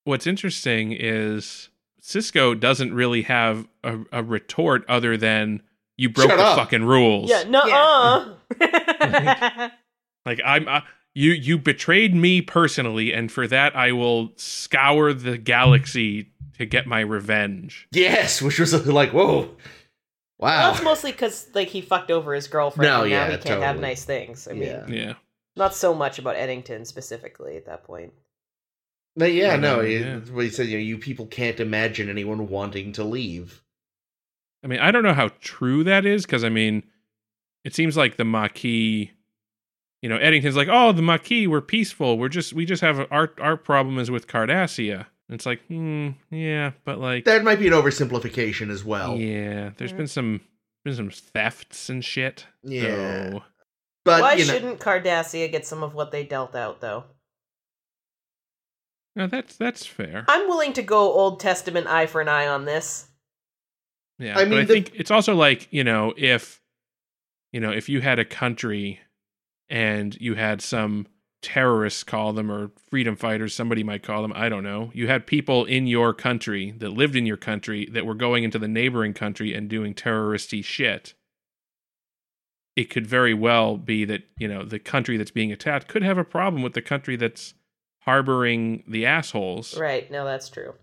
Speaker 3: what's interesting is Cisco doesn't really have a, a retort other than "You broke
Speaker 4: Shut
Speaker 3: the
Speaker 4: up."
Speaker 3: fucking rules."
Speaker 1: Yeah, no, uh.
Speaker 3: Like I'm uh, you you betrayed me personally, and for that I will scour the galaxy to get my revenge.
Speaker 4: yes, which was
Speaker 3: uh,
Speaker 4: like, whoa.
Speaker 1: Well,
Speaker 4: Wow.
Speaker 1: it's mostly because like he fucked over his girlfriend.
Speaker 4: No,
Speaker 1: and
Speaker 4: yeah,
Speaker 1: now he can't have
Speaker 4: totally.
Speaker 1: nice things. I mean,
Speaker 4: Yeah.
Speaker 3: Yeah.
Speaker 1: not so much about Eddington specifically at that point.
Speaker 4: But yeah,
Speaker 3: Yeah,
Speaker 4: no,
Speaker 3: yeah.
Speaker 4: it's what he said, you know, you people can't imagine anyone wanting to leave.
Speaker 3: I mean, I don't know how true that is because I mean, it seems like the Maquis, you know, Eddington's like, oh, the Maquis, we're peaceful. We're just, we just have our our problem is with Cardassia. And it's like, hmm, yeah, but like,
Speaker 4: That might be an oversimplification as well.
Speaker 3: yeah, there's
Speaker 2: Mm.
Speaker 3: been some been some thefts and shit.
Speaker 4: Yeah.
Speaker 3: So,
Speaker 4: But
Speaker 1: Why
Speaker 4: you know,
Speaker 1: shouldn't Cardassia get some of what they dealt out, though?
Speaker 3: no, that's that's fair.
Speaker 1: I'm willing to go Old Testament eye for an eye on this.
Speaker 3: Yeah,
Speaker 4: I
Speaker 3: but
Speaker 4: mean,
Speaker 3: I
Speaker 4: the-
Speaker 3: think it's also like you know if you know if you had a country and you had some terrorists call them or freedom fighters, somebody might call them. I don't know. You had people in your country that lived in your country that were going into the neighboring country and doing terroristy shit. It could very well be that you know the country that's being attacked could have a problem with the country that's harboring the assholes.
Speaker 1: Right, no, that's true.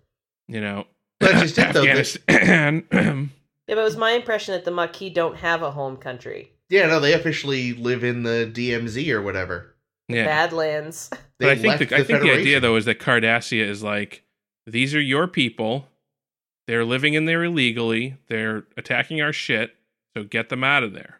Speaker 3: You know,
Speaker 4: That's just it, though, that-
Speaker 3: Afghanistan.
Speaker 1: Yeah, but it was my impression that the Maquis don't have a home country.
Speaker 4: yeah, no, they officially live in the DMZ or whatever.
Speaker 3: yeah.
Speaker 1: Badlands.
Speaker 4: They
Speaker 3: But I think
Speaker 4: left
Speaker 3: the, I think the
Speaker 4: Federation.
Speaker 3: idea though is that Cardassia is like these are your people. They're living in there illegally. They're attacking our shit. So get them out of there.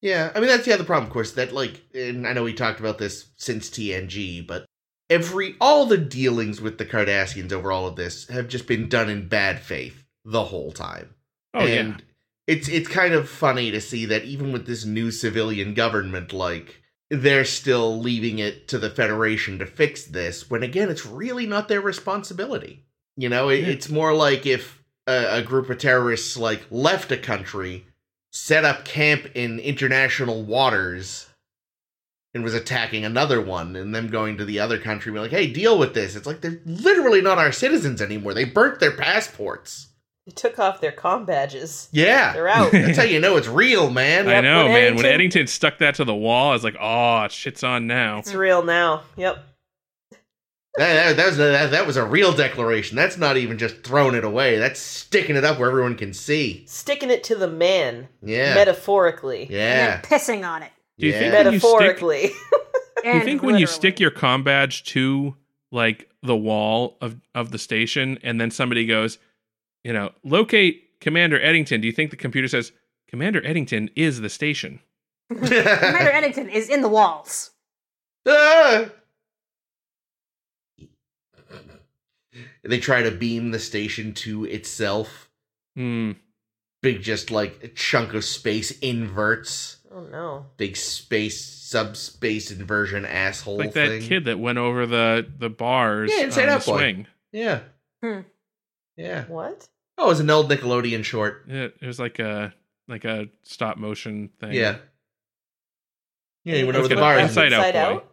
Speaker 4: Yeah, I mean that's the other problem, of course. That like, and I know we talked about this since TNG, but every all the dealings with the Cardassians over all of this have just been done in bad faith the whole time.
Speaker 3: Oh
Speaker 4: and it's it's kind of funny to see that even with this new civilian government, like they're still leaving it to the Federation to fix this. When again, it's really not their responsibility. You know, it,
Speaker 3: Yeah.
Speaker 4: it's more like if a, a group of terrorists like left a country, set up camp in international waters, and was attacking another one, and them going to the other country, and be like, "Hey, deal with this." It's like they're literally not our citizens anymore. They burnt their passports.
Speaker 1: They took off their com badges.
Speaker 4: Ah. Yeah.
Speaker 1: They're out.
Speaker 4: That's how you know it's real, man.
Speaker 1: Yep,
Speaker 3: I know,
Speaker 1: when
Speaker 3: man. When
Speaker 1: Eddington-
Speaker 3: Eddington stuck that to the wall, I was like, "Oh, shit's on now."
Speaker 1: it's real now. Yep.
Speaker 4: That, that, that was that, that was a real declaration. That's not even just throwing it away. That's sticking it up where everyone can see.
Speaker 1: Sticking it to the man,
Speaker 4: Yeah,
Speaker 1: metaphorically.
Speaker 4: yeah.
Speaker 2: And then pissing on it.
Speaker 3: Do you
Speaker 4: yeah.
Speaker 3: think that-
Speaker 1: Metaphorically.
Speaker 3: Do
Speaker 2: And
Speaker 3: you think when you
Speaker 2: literally.
Speaker 3: stick your com badge to like the wall of of the station, and then somebody goes, you know, locate Commander Eddington? Do you think the computer says Commander Eddington is the station?
Speaker 2: Commander Eddington is in the walls.
Speaker 4: Ah! they try to beam the station to itself.
Speaker 3: Hmm.
Speaker 4: Big, just like a chunk of space inverts.
Speaker 1: oh no.
Speaker 4: Big space subspace inversion asshole
Speaker 3: Like that
Speaker 4: thing.
Speaker 3: kid that went over the the bars
Speaker 4: Yeah, Inside
Speaker 3: on the
Speaker 4: Out Boy.
Speaker 3: swing.
Speaker 4: Yeah.
Speaker 2: Hmm.
Speaker 4: Yeah.
Speaker 1: What?
Speaker 4: Oh, it was an old Nickelodeon short.
Speaker 3: It, it was like a like a stop motion thing.
Speaker 4: Yeah. Yeah, he went
Speaker 3: That's
Speaker 4: over the
Speaker 3: good.
Speaker 4: bars. and-
Speaker 3: Inside Out Boy.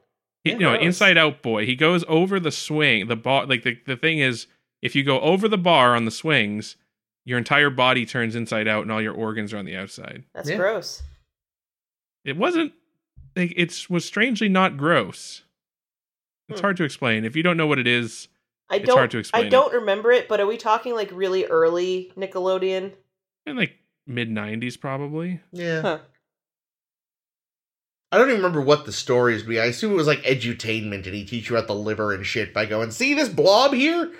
Speaker 3: He,
Speaker 4: Yeah,
Speaker 3: no,
Speaker 1: gross.
Speaker 3: Inside Out Boy. He goes over the swing, the bar. Like the, the thing is, if you go over the bar on the swings, your entire body turns inside out, and all your organs are on the outside.
Speaker 1: That's
Speaker 4: Yeah.
Speaker 1: gross.
Speaker 3: It wasn't. Like, it was strangely not gross. It's
Speaker 1: Hmm.
Speaker 3: hard to explain if you don't know what it is.
Speaker 1: I
Speaker 3: It's
Speaker 1: don't
Speaker 3: hard to explain
Speaker 1: I
Speaker 3: it.
Speaker 1: don't remember it, but are we talking like really early Nickelodeon?
Speaker 3: In like mid '90s, probably.
Speaker 4: Yeah.
Speaker 1: Huh.
Speaker 4: I don't even remember what the stories be. I assume it was like edutainment and he teach you about the liver and shit by going, see this blob here?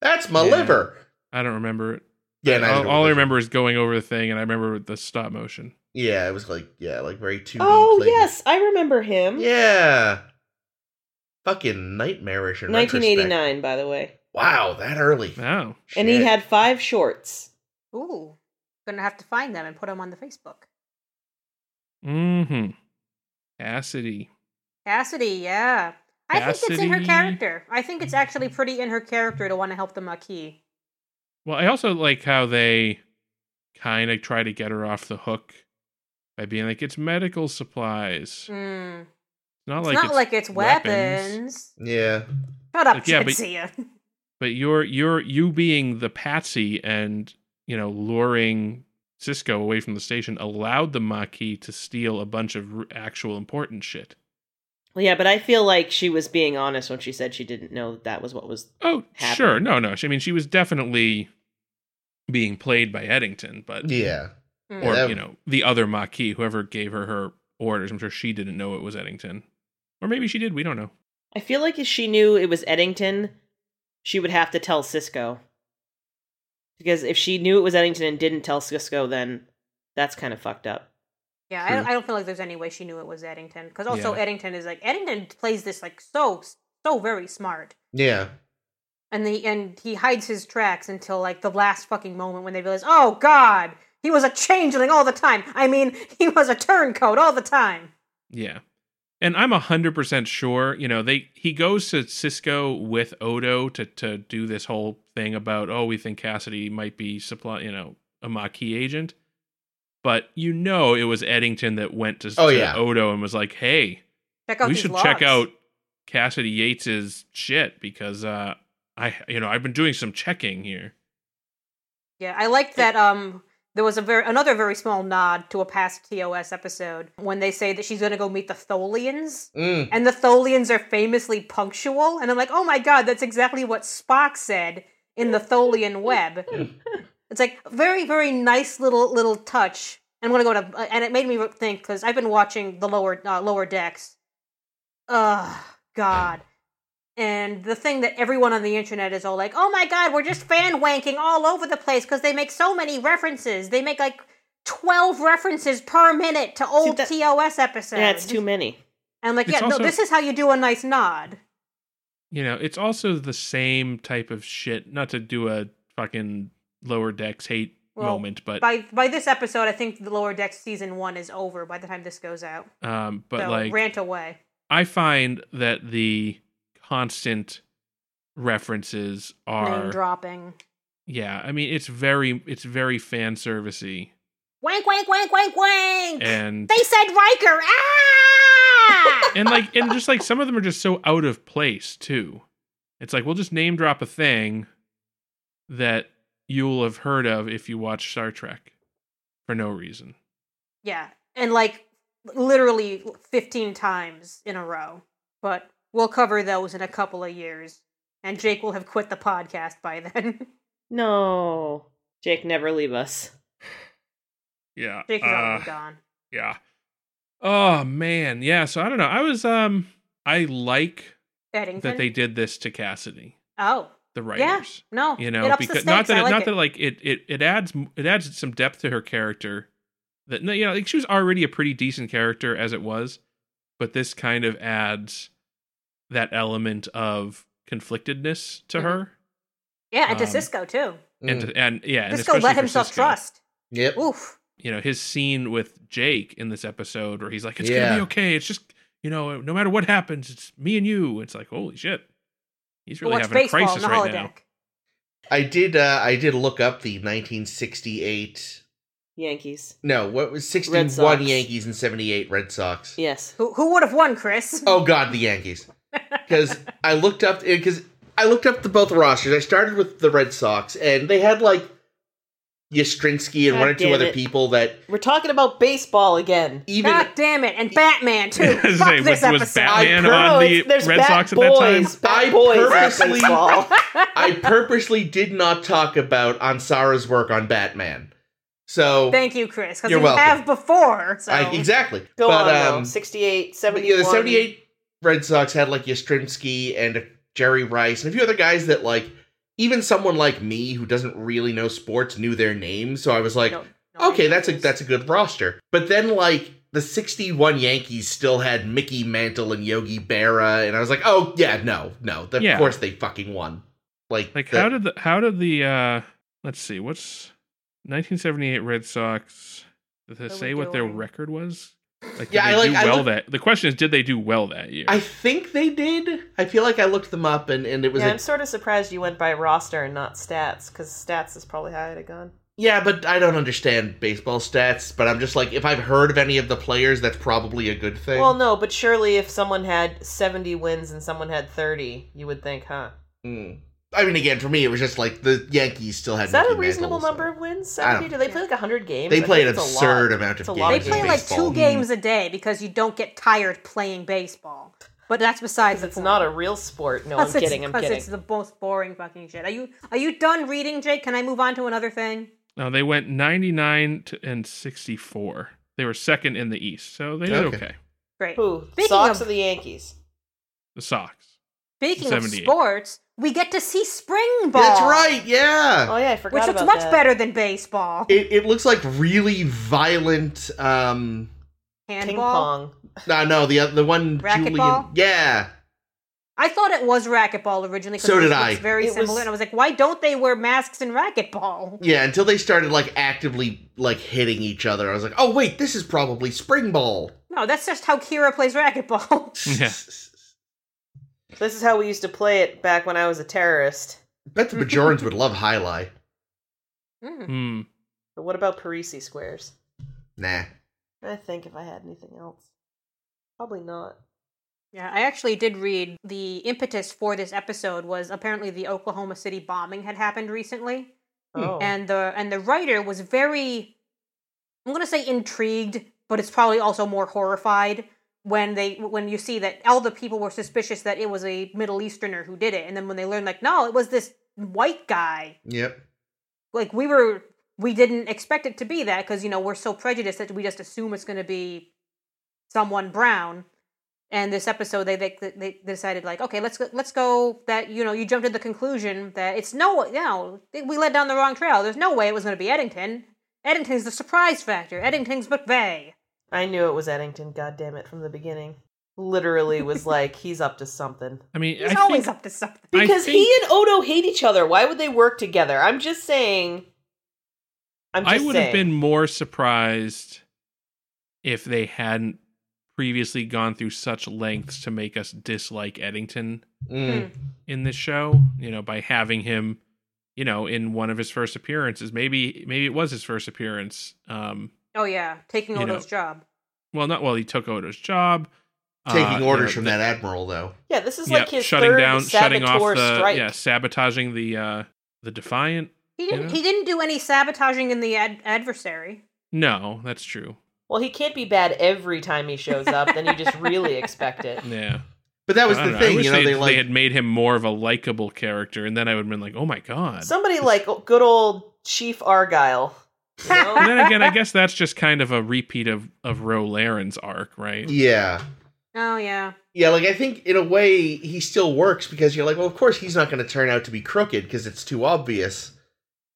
Speaker 4: That's my
Speaker 3: Yeah.
Speaker 4: liver.
Speaker 3: I don't remember it.
Speaker 4: Yeah, and I
Speaker 3: all,
Speaker 4: didn't
Speaker 3: all I
Speaker 4: really-
Speaker 3: remember is going over the thing, and I remember the stop motion.
Speaker 4: Yeah, it was like yeah, like very two.
Speaker 1: Oh yes, I remember him.
Speaker 4: Yeah. Fucking nightmarish in 1989.
Speaker 1: 1989, by the way.
Speaker 4: Wow, that early.
Speaker 3: Wow.
Speaker 1: And he
Speaker 4: Shit.
Speaker 1: had five shorts.
Speaker 2: Ooh. Gonna have to find them and put them on the Facebook.
Speaker 3: Mm-hmm. Cassidy.
Speaker 2: Cassidy, yeah. I think it's in her
Speaker 3: Cassidy.
Speaker 2: character. I think it's actually pretty in her character to want to help the Maquis.
Speaker 3: Well, I also like how they kind of try to get her off the hook by being like, it's medical supplies.
Speaker 2: Mm.
Speaker 3: Not
Speaker 2: It's
Speaker 3: like
Speaker 2: not
Speaker 3: it's,
Speaker 2: like it's
Speaker 3: weapons.
Speaker 2: weapons.
Speaker 4: Yeah.
Speaker 2: Shut up, Mm.
Speaker 3: Like, yeah, but-
Speaker 2: Jadzia.
Speaker 3: but you're you're you being the patsy and you know luring Cisco away from the station allowed the Maquis to steal a bunch of r- actual important shit.
Speaker 1: Well, yeah, but I feel like she was being honest when she said she didn't know that, that was what was.
Speaker 3: Oh,
Speaker 1: Happened.
Speaker 3: sure, no, no. She- I mean, she was definitely being played by Eddington, but
Speaker 4: Yeah.
Speaker 2: Mm.
Speaker 3: or
Speaker 4: that-
Speaker 3: you know the other Maquis, whoever gave her her orders. I'm sure she didn't know it was Eddington, or maybe she did. We don't know.
Speaker 1: I feel like if she knew it was Eddington, she would have to tell Cisco. Because if she knew it was Eddington and didn't tell Cisco, then that's kind of fucked up.
Speaker 2: yeah, I don't,
Speaker 3: True.
Speaker 2: I don't feel like there's any way she knew it was Eddington because also
Speaker 3: Yeah.
Speaker 2: Eddington is like Eddington plays this like so so very smart,
Speaker 4: Yeah.
Speaker 2: and the and he hides his tracks until like the last fucking moment when they realize, oh god, he was a changeling all the time. I mean, he was a turncoat all the time.
Speaker 3: Yeah. And I'm 100% sure, you know, they he goes to Cisco with Odo to to do this whole thing about oh, we think Cassidy might be supply, you know, a Maquis agent. But you know it was Eddington that went to,
Speaker 4: Oh,
Speaker 3: to
Speaker 4: yeah.
Speaker 3: Odo and was like, "Hey,
Speaker 2: Check out
Speaker 3: we
Speaker 2: these
Speaker 3: should
Speaker 2: logs.
Speaker 3: check out Cassidy Yates's shit because uh I you know, I've been doing some checking here."
Speaker 2: Yeah, I liked that. Um, there was a very another very small nod to a past TOS episode when they say that she's gonna go meet the Tholians.
Speaker 4: Mm.
Speaker 2: And the Tholians are famously punctual. And I'm like, oh my god, that's exactly what Spock said in the Tholian web. it's like very, very nice little little touch. I'm gonna go to, and it made me think because I've been watching the lower uh, lower decks. Ugh, God. And the thing that everyone on the internet is all like, oh my god, we're just fan wanking all over the place because they make so many references. They make like 12 references per minute to old
Speaker 1: that-
Speaker 2: TOS episodes.
Speaker 1: That's too many.
Speaker 2: And like,
Speaker 3: It's
Speaker 2: yeah,
Speaker 3: also-
Speaker 2: no, this is how you do a nice nod.
Speaker 3: You know, it's also the same type of shit, not to do a fucking lower decks hate
Speaker 2: Well,
Speaker 3: moment, but
Speaker 2: By by this episode, I think the Lower Decks season one is over. By the time this goes out,
Speaker 3: um, but
Speaker 2: so
Speaker 3: like
Speaker 2: rant away.
Speaker 3: I find that the constant references
Speaker 2: Name
Speaker 3: are
Speaker 2: dropping.
Speaker 3: yeah. I mean, it's very it's very fan servicey
Speaker 2: Wank wank wank wank wank.
Speaker 3: and
Speaker 2: they said Riker. Ah.
Speaker 3: and like and just like some of them are just so out of place too. It's like we'll just name drop a thing that you'll have heard of if you watch Star Trek for no reason.
Speaker 2: yeah, and like literally fifteen times in a row. But we'll cover those in a couple of years, and Jake will have quit the podcast by then.
Speaker 1: No. Jake, never leave us.
Speaker 3: Yeah.
Speaker 2: Jake is
Speaker 3: uh,
Speaker 2: already gone.
Speaker 3: yeah. Oh man. Yeah, so I don't know. I was um I like
Speaker 2: Eddington.
Speaker 3: that they did this to Cassidy,
Speaker 2: oh
Speaker 3: the
Speaker 2: Yeah.
Speaker 3: writers.
Speaker 2: no,
Speaker 3: You know,
Speaker 2: it ups the
Speaker 3: because
Speaker 2: stakes.
Speaker 3: not that
Speaker 2: I
Speaker 3: it,
Speaker 2: like
Speaker 3: not
Speaker 2: it.
Speaker 3: that like it, it it adds it adds some depth to her character. That no, you know, like she was already a pretty decent character as it was, but this kind of adds that element of conflictedness to
Speaker 2: Mhm.
Speaker 3: her,
Speaker 2: yeah, and to
Speaker 3: um,
Speaker 2: Cisco too.
Speaker 3: and to, and yeah, and
Speaker 2: Cisco
Speaker 3: especially
Speaker 2: Mm. let
Speaker 3: for
Speaker 2: himself
Speaker 3: Sisko.
Speaker 2: trust.
Speaker 4: Yep.
Speaker 2: Oof.
Speaker 3: You know, his scene with Jake in this episode where he's like, "It's
Speaker 4: Yeah.
Speaker 3: gonna be okay. It's just you know, no matter what happens, it's me and you." It's like, holy shit, he's really
Speaker 2: Watch
Speaker 3: having a
Speaker 2: baseball
Speaker 3: crisis
Speaker 2: in the
Speaker 3: right
Speaker 2: holodeck.
Speaker 3: now.
Speaker 4: I did. Uh, I did look up the 1968.
Speaker 1: Yankees.
Speaker 4: No, what was
Speaker 1: Red
Speaker 4: 61
Speaker 1: Sox.
Speaker 4: Yankees and 78 Red Sox?
Speaker 1: Yes.
Speaker 2: Who who would have won, Chris?
Speaker 4: Oh God, the Yankees. Because I looked up because I looked up the both rosters. I started with the Red Sox, and they had like Yastrzemski and
Speaker 1: God
Speaker 4: one or two
Speaker 1: damn
Speaker 4: other
Speaker 1: it.
Speaker 4: people that
Speaker 1: We're talking about baseball again.
Speaker 4: even
Speaker 2: God damn it! And Batman too.
Speaker 3: I was
Speaker 2: Fuck
Speaker 3: gonna say,
Speaker 2: this
Speaker 3: was- was
Speaker 2: episode.
Speaker 3: Batman- And
Speaker 1: No,
Speaker 3: on
Speaker 1: it's-
Speaker 3: the
Speaker 1: there's
Speaker 3: Red
Speaker 1: bat
Speaker 3: Sox at that time?
Speaker 1: boys, Bat
Speaker 4: I
Speaker 1: boys at
Speaker 4: purposely-
Speaker 1: baseball.
Speaker 4: I purposely did not talk about Ansara's work on Batman. So
Speaker 2: Thank you, Chris, because
Speaker 4: You're
Speaker 2: we
Speaker 4: welcome.
Speaker 2: have before. So
Speaker 4: I, exactly.
Speaker 1: Go on,
Speaker 4: but
Speaker 1: though.
Speaker 4: um,
Speaker 1: 68,
Speaker 4: but
Speaker 1: 71.
Speaker 4: yeah, the '78 Red Sox had like Yastrzemski and Jerry Rice and a few other guys that like even someone like me who doesn't really know sports knew their names. So I was like,
Speaker 2: No- no
Speaker 4: okay, that's a
Speaker 2: ideas.
Speaker 4: that's a good roster. But then like the 61 Yankees still had Mickey Mantle and Yogi Berra and I was like, "Oh, yeah, no. No. Of
Speaker 3: Yeah.
Speaker 4: course they fucking won." Like,
Speaker 3: Like
Speaker 4: the-
Speaker 3: how did the how did the uh let's see, what's 1978 Red Sox did they
Speaker 2: What are we
Speaker 3: say what their
Speaker 2: doing?
Speaker 3: record was? Like did
Speaker 4: Yeah,
Speaker 3: they
Speaker 4: I like-
Speaker 3: do
Speaker 4: I
Speaker 3: well
Speaker 4: look-
Speaker 3: that the question is did they do well that year?
Speaker 4: I think they did. I feel like I looked them up and and it was
Speaker 1: yeah,
Speaker 4: a-
Speaker 1: I'm sort of surprised you went by roster and not stats, because stats is probably how I'd have gone.
Speaker 4: Yeah, but I don't understand baseball stats, but I'm just like if I've heard of any of the players, that's probably a good thing.
Speaker 1: Well, no, but surely if someone had 70 wins and someone had 30, you would think, huh?
Speaker 4: Mm. I mean again, for me it was just like the Yankees still had
Speaker 1: Is that a
Speaker 4: Mickey
Speaker 1: reasonable
Speaker 4: Mantle, so-
Speaker 1: number of wins?
Speaker 4: I don't-
Speaker 1: 70? Do they play like 100 games?
Speaker 4: They
Speaker 1: I
Speaker 4: play an
Speaker 1: think it's a lot.
Speaker 4: absurd amount of
Speaker 1: It's a
Speaker 4: games.
Speaker 1: lot
Speaker 2: They
Speaker 1: of
Speaker 4: in
Speaker 2: play
Speaker 1: games.
Speaker 2: like
Speaker 4: baseball. Hmm.
Speaker 2: two games a day because you don't get tired playing baseball. But that's besides the
Speaker 1: It's
Speaker 2: point.
Speaker 1: not a real sport. No, I'm
Speaker 2: Because it's-
Speaker 1: kidding. I'm
Speaker 2: because
Speaker 1: kidding.
Speaker 2: it's the most boring fucking shit. Are you are you done reading, Jake? Can I move on to another thing?
Speaker 3: no, they went 99 to, and 64. They were second in the East. So they did okay.
Speaker 4: Okay.
Speaker 2: Great.
Speaker 1: Who?
Speaker 2: Speaking
Speaker 1: Sox
Speaker 2: of-
Speaker 1: or the Yankees?
Speaker 3: The Sox.
Speaker 2: Speaking of
Speaker 3: 78.
Speaker 2: sports, we get to see spring ball.
Speaker 4: That's right, yeah.
Speaker 1: Oh yeah, I forgot
Speaker 2: Which
Speaker 1: about
Speaker 2: looks much
Speaker 1: that.
Speaker 2: better than baseball.
Speaker 4: It, it looks like really violent. Um,
Speaker 1: Ping
Speaker 2: Handball.
Speaker 1: pong.
Speaker 4: no, no, the the one Julian.
Speaker 2: Racquetball?
Speaker 4: Yeah,
Speaker 2: I thought it was racquetball originally. 'cause
Speaker 4: So
Speaker 2: it
Speaker 4: did
Speaker 2: looks
Speaker 4: I.
Speaker 2: Very
Speaker 1: It
Speaker 2: similar,
Speaker 1: was-
Speaker 2: and I was like, why don't they wear masks in racquetball?
Speaker 4: yeah. Until they started like actively like hitting each other, I was like, oh wait, this is probably spring ball.
Speaker 2: No, that's just how Kira plays racquetball.
Speaker 3: Yeah.
Speaker 1: This is how we used to play it back when I was a terrorist.
Speaker 4: Bet the Bajorans would love highlight.
Speaker 2: Mm.
Speaker 3: Hmm.
Speaker 1: But what about Parisi squares?
Speaker 4: Nah.
Speaker 1: I think if I had anything else, probably not.
Speaker 2: Yeah, I actually did read the impetus for this episode was apparently the Oklahoma City bombing had happened recently,
Speaker 4: Hmm.
Speaker 1: Oh,
Speaker 2: and the and the writer was very, I'm gonna say intrigued, but it's probably also more horrified when they when you see that all the people were suspicious that it was a Middle Easterner who did it, and then when they learned like no, it was this white guy
Speaker 4: Yep.
Speaker 2: like we were we didn't expect it to be that because you know we're so prejudiced that we just assume it's going to be someone brown and this episode they, they they decided like okay let's go let's go that you know you jumped to the conclusion that it's no no we led down the wrong trail there's no way it was going to be eddington eddington's the surprise factor eddington's mcveigh
Speaker 1: I knew it was Eddington. God damn it, from the beginning. Literally was like he's up to something.
Speaker 3: I mean,
Speaker 2: he's
Speaker 3: I
Speaker 2: always
Speaker 3: think,
Speaker 2: up to something
Speaker 3: I
Speaker 1: Because
Speaker 3: think-
Speaker 1: he and Odo hate each other. Why would they work together? I'm just saying I'm
Speaker 3: I
Speaker 1: just
Speaker 3: would have
Speaker 1: saying.
Speaker 3: been more surprised if they hadn't previously gone through such lengths to make us dislike Eddington
Speaker 1: Hmm.
Speaker 4: Mm.
Speaker 3: in this show, you know, by having him, you know, in one of his first appearances. Maybe maybe it was his first appearance. Um
Speaker 2: Oh yeah, taking
Speaker 3: You know.
Speaker 2: Odo's job.
Speaker 3: well not well he took Odo's job.
Speaker 4: Taking orders
Speaker 3: from
Speaker 4: from
Speaker 3: Uh, that.
Speaker 4: that admiral, though.
Speaker 1: Yeah, this is
Speaker 3: yeah,
Speaker 1: like his
Speaker 3: shutting
Speaker 1: third
Speaker 3: down, shutting off
Speaker 1: saboteur
Speaker 3: the
Speaker 1: strike.
Speaker 3: yeah, sabotaging the uh the defiant.
Speaker 2: He didn't.
Speaker 3: Yeah.
Speaker 2: He didn't do any sabotaging in the ad- adversary.
Speaker 3: No, that's true.
Speaker 1: Well, he can't be bad every time he shows up. then you just really expect it.
Speaker 3: Yeah,
Speaker 4: But that was
Speaker 3: I
Speaker 4: the
Speaker 3: don't know. I
Speaker 4: thing,
Speaker 3: wish
Speaker 4: you know.
Speaker 3: they,
Speaker 4: They,
Speaker 3: they
Speaker 4: like
Speaker 3: had made him more of a likable character, and then I would have been like, oh my god.
Speaker 1: Somebody like good old Chief Argyle. you know?
Speaker 3: and then again, I guess that's just kind of a repeat of of Ro Laren's arc, right?
Speaker 4: yeah,
Speaker 2: Oh yeah.
Speaker 4: yeah. Like I think in a way he still works because you're like, well, of course he's not going to turn out to be crooked because it's too obvious.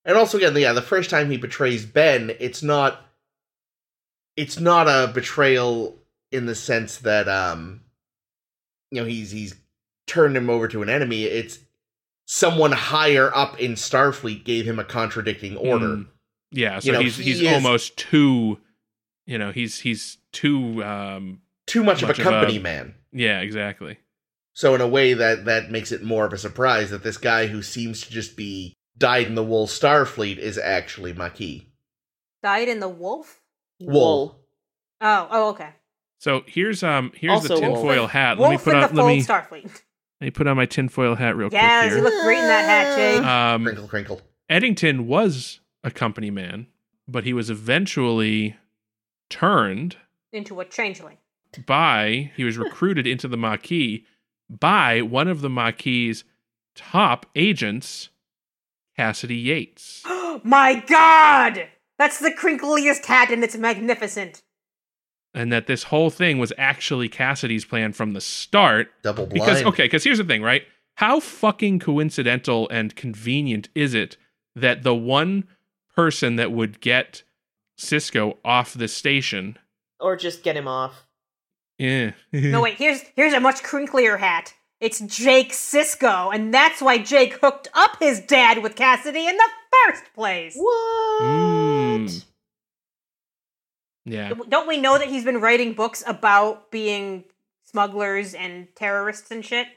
Speaker 4: And also again, yeah, the first time he betrays Ben, it's not, it's not a betrayal in the sense that um, you know, he's he's turned him over to an enemy. It's someone higher up in Starfleet gave him a contradicting order.
Speaker 3: Mm. Yeah, so
Speaker 4: You know,
Speaker 3: he's
Speaker 4: he
Speaker 3: he's
Speaker 4: is-
Speaker 3: almost too, you know, he's he's too. um
Speaker 4: Too much,
Speaker 3: Much
Speaker 4: of a
Speaker 3: of a-
Speaker 4: company man.
Speaker 3: Yeah, exactly.
Speaker 4: So in a way that that makes it more of a surprise that this guy who seems to just be dyed in the wool Starfleet is actually Maquis.
Speaker 2: Died in the wolf.
Speaker 4: Wool.
Speaker 2: Oh. Oh okay.
Speaker 3: So here's um here's
Speaker 1: Also-
Speaker 3: the tinfoil hat. Let me
Speaker 2: wolf
Speaker 3: put
Speaker 2: in
Speaker 3: on
Speaker 2: the
Speaker 3: let
Speaker 2: fold
Speaker 3: me,
Speaker 2: Starfleet.
Speaker 3: let me put on my tinfoil hat real
Speaker 2: Yes, you
Speaker 3: quick
Speaker 2: look great in that hat, Jake.
Speaker 3: here. Um,
Speaker 4: Crinkle, crinkle.
Speaker 3: Eddington was a company man, but he was eventually turned
Speaker 2: Into a changeling.
Speaker 3: by, he was recruited into the Maquis by one of the Maquis' top agents, Cassidy Yates.
Speaker 2: My God! That's the crinkliest hat, and it's magnificent.
Speaker 3: And that this whole thing was actually Cassidy's plan from the start.
Speaker 4: Double blind.
Speaker 3: Because, okay, because here's the thing, right? How fucking coincidental and convenient is it that the one person that would get Cisco off the station. eh,
Speaker 1: Or just get him off.
Speaker 3: Yeah.
Speaker 2: No, wait. Here's here's a much crinklier hat. It's Jake Cisco, and that's why Jake hooked up his dad with Cassidy in the first place.
Speaker 1: What?
Speaker 3: Mm. Yeah.
Speaker 2: Don't we know that he's been writing books about being smugglers and terrorists and shit?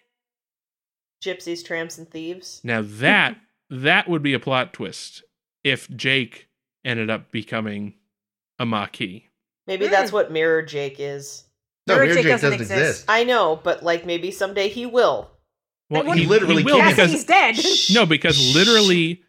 Speaker 1: Gypsies, tramps, and thieves.
Speaker 3: Now that that would be a plot twist if Jake ended up becoming a Maquis.
Speaker 1: Maybe
Speaker 2: Mm.
Speaker 1: that's what Mirror Jake is.
Speaker 4: no,
Speaker 2: Mirror
Speaker 4: Mirror
Speaker 2: Jake
Speaker 4: Jake
Speaker 2: doesn't
Speaker 4: doesn't,
Speaker 2: exist.
Speaker 4: exist.
Speaker 1: I know, but like maybe someday he will.
Speaker 2: Well,
Speaker 4: he literally
Speaker 3: will
Speaker 4: can't.
Speaker 2: Cassidy's
Speaker 3: because
Speaker 2: dead.
Speaker 3: no, because literally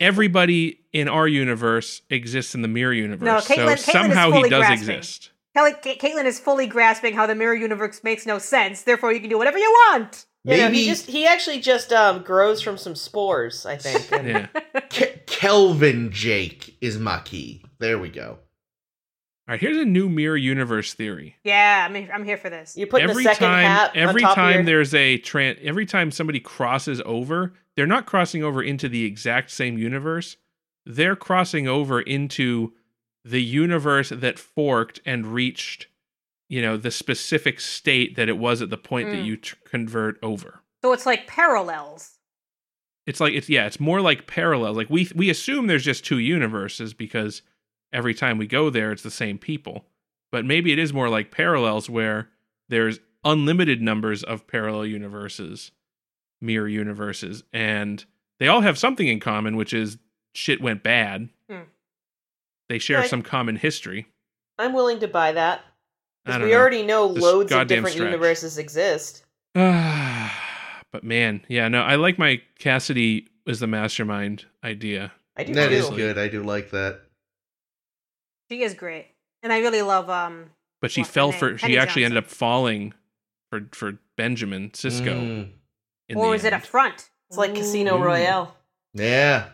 Speaker 3: everybody in our universe exists in the mirror universe.
Speaker 2: Caitlin- Caitlin is
Speaker 3: so somehow
Speaker 2: fully
Speaker 3: he does
Speaker 2: grasping.
Speaker 3: exist.
Speaker 2: Kelly, Ca- Caitlin is fully grasping how the mirror universe makes no sense. Therefore, you can do whatever you want.
Speaker 1: You know,
Speaker 4: Maybe
Speaker 1: he just he actually just um grows from some spores, I think. And
Speaker 3: Yeah. All
Speaker 4: Ke- Kelvin Jake is Maquis. There we go.
Speaker 3: right, here's a new mirror universe theory.
Speaker 2: Yeah, I'm I'm here for this.
Speaker 1: You're putting
Speaker 3: every
Speaker 1: the second
Speaker 3: time,
Speaker 1: hat
Speaker 3: every
Speaker 1: on top
Speaker 3: time
Speaker 1: of your...
Speaker 3: there's a tran every time somebody crosses over, they're not crossing over into the exact same universe. They're crossing over into the universe that forked and reached, you know, the specific state that it was at the point that
Speaker 2: Mm.
Speaker 3: you tr- convert over.
Speaker 2: So it's like parallels.
Speaker 3: It's like it's yeah, it's more like parallel. Like we we assume there's just two universes because every time we go there, it's the same people. But maybe it is more like parallels where there's unlimited numbers of parallel universes, mirror universes, and they all have something in common, which is shit went bad.
Speaker 2: Hmm.
Speaker 3: They share
Speaker 1: Right.
Speaker 3: some common history.
Speaker 1: I'm willing to buy that.
Speaker 3: I
Speaker 1: Because
Speaker 3: don't
Speaker 1: we already know
Speaker 3: This
Speaker 1: loads of
Speaker 3: goddamn
Speaker 1: different
Speaker 3: stretch.
Speaker 1: universes exist.
Speaker 3: know. but man, yeah, no, I like my Cassidy is the mastermind idea.
Speaker 1: I do
Speaker 4: That
Speaker 1: too.
Speaker 4: is
Speaker 3: Honestly.
Speaker 4: good. I do like that.
Speaker 2: She is great, and I really love um.
Speaker 3: but she
Speaker 2: What's her
Speaker 3: fell
Speaker 2: name?
Speaker 3: for she
Speaker 2: Penny
Speaker 3: actually ended up
Speaker 2: Johnson.
Speaker 3: falling for for Benjamin Cisco.
Speaker 4: Mm.
Speaker 3: in
Speaker 2: Or
Speaker 3: the
Speaker 2: is it a
Speaker 3: end.
Speaker 2: front?
Speaker 1: It's like Casino
Speaker 3: Ooh.
Speaker 1: Royale.
Speaker 4: Yeah.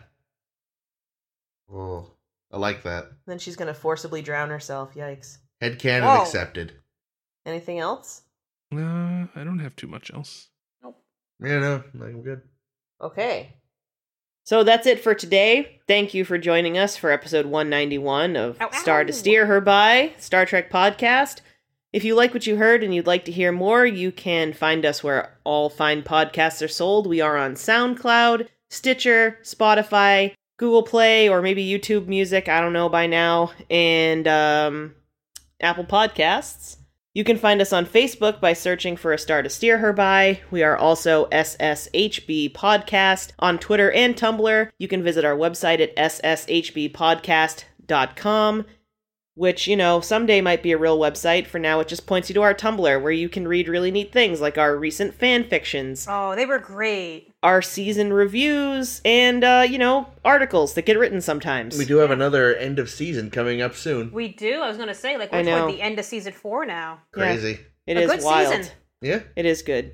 Speaker 4: Oh, I like that.
Speaker 1: Then she's gonna forcibly drown herself. Yikes.
Speaker 4: Head cannon
Speaker 2: Whoa.
Speaker 4: accepted.
Speaker 1: Anything else?
Speaker 3: Uh, I don't have too much else.
Speaker 4: Yeah, no, I'm good.
Speaker 1: Okay. So that's it for today. Thank you for joining us for episode 191 of
Speaker 2: Ow,
Speaker 1: Star
Speaker 2: ow.
Speaker 1: to Steer Her By, Star Trek podcast. If you like what you heard and you'd like to hear more, you can find us where all fine podcasts are sold. We are on SoundCloud, Stitcher, Spotify, Google Play or maybe YouTube Music, I don't know by now, and um, Apple Podcasts. You can find us on Facebook by searching for A Star to Steer Her By. We are also SSHB Podcast on Twitter and Tumblr. You can visit our website at sshbpodcast.com, which, you know, someday might be a real website. For now, it just points you to our Tumblr where you can read really neat things like our recent fan fictions,
Speaker 2: Oh, they were great.
Speaker 1: our season reviews, and, uh, you know, articles that get written sometimes.
Speaker 4: We do have another end of season coming up soon.
Speaker 2: We do. I was gonna say like
Speaker 1: I
Speaker 2: we're toward
Speaker 1: know.
Speaker 2: the end of season four now.
Speaker 1: Yeah.
Speaker 4: Crazy.
Speaker 1: It
Speaker 2: A
Speaker 1: is
Speaker 2: good
Speaker 1: wild.
Speaker 2: season.
Speaker 4: Yeah.
Speaker 1: It is good.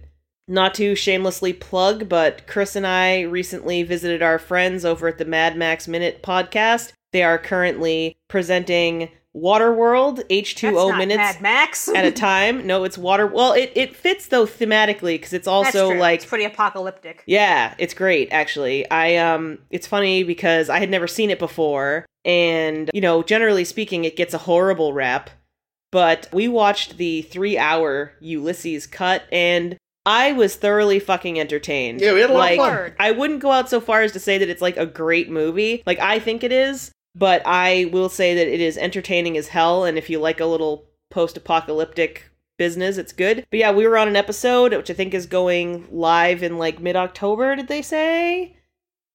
Speaker 1: Not to shamelessly plug, but Chris and I recently visited our friends over at the Mad Max Minute podcast. They are currently presenting Waterworld
Speaker 2: That's
Speaker 1: H2O
Speaker 2: not
Speaker 1: minutes
Speaker 2: Mad Max.
Speaker 1: at a time. No, it's Water. Well, it, it fits though thematically because it's
Speaker 2: That's
Speaker 1: also
Speaker 2: true.
Speaker 1: like
Speaker 2: it's pretty apocalyptic.
Speaker 1: yeah, it's great actually. I um it's funny because I had never seen it before and you know, generally speaking it gets a horrible rap, but we watched the 3-hour Ulysses cut and I was thoroughly fucking entertained.
Speaker 4: Yeah, we had a lot of
Speaker 1: like,
Speaker 4: fun.
Speaker 2: Word.
Speaker 1: I wouldn't go out so far as to say that it's like a great movie. Like I think it is, but I will say that it is entertaining as hell. And if you like a little post-apocalyptic business, it's good. But yeah, we were on an episode which I think is going live in like mid-October. Did they say?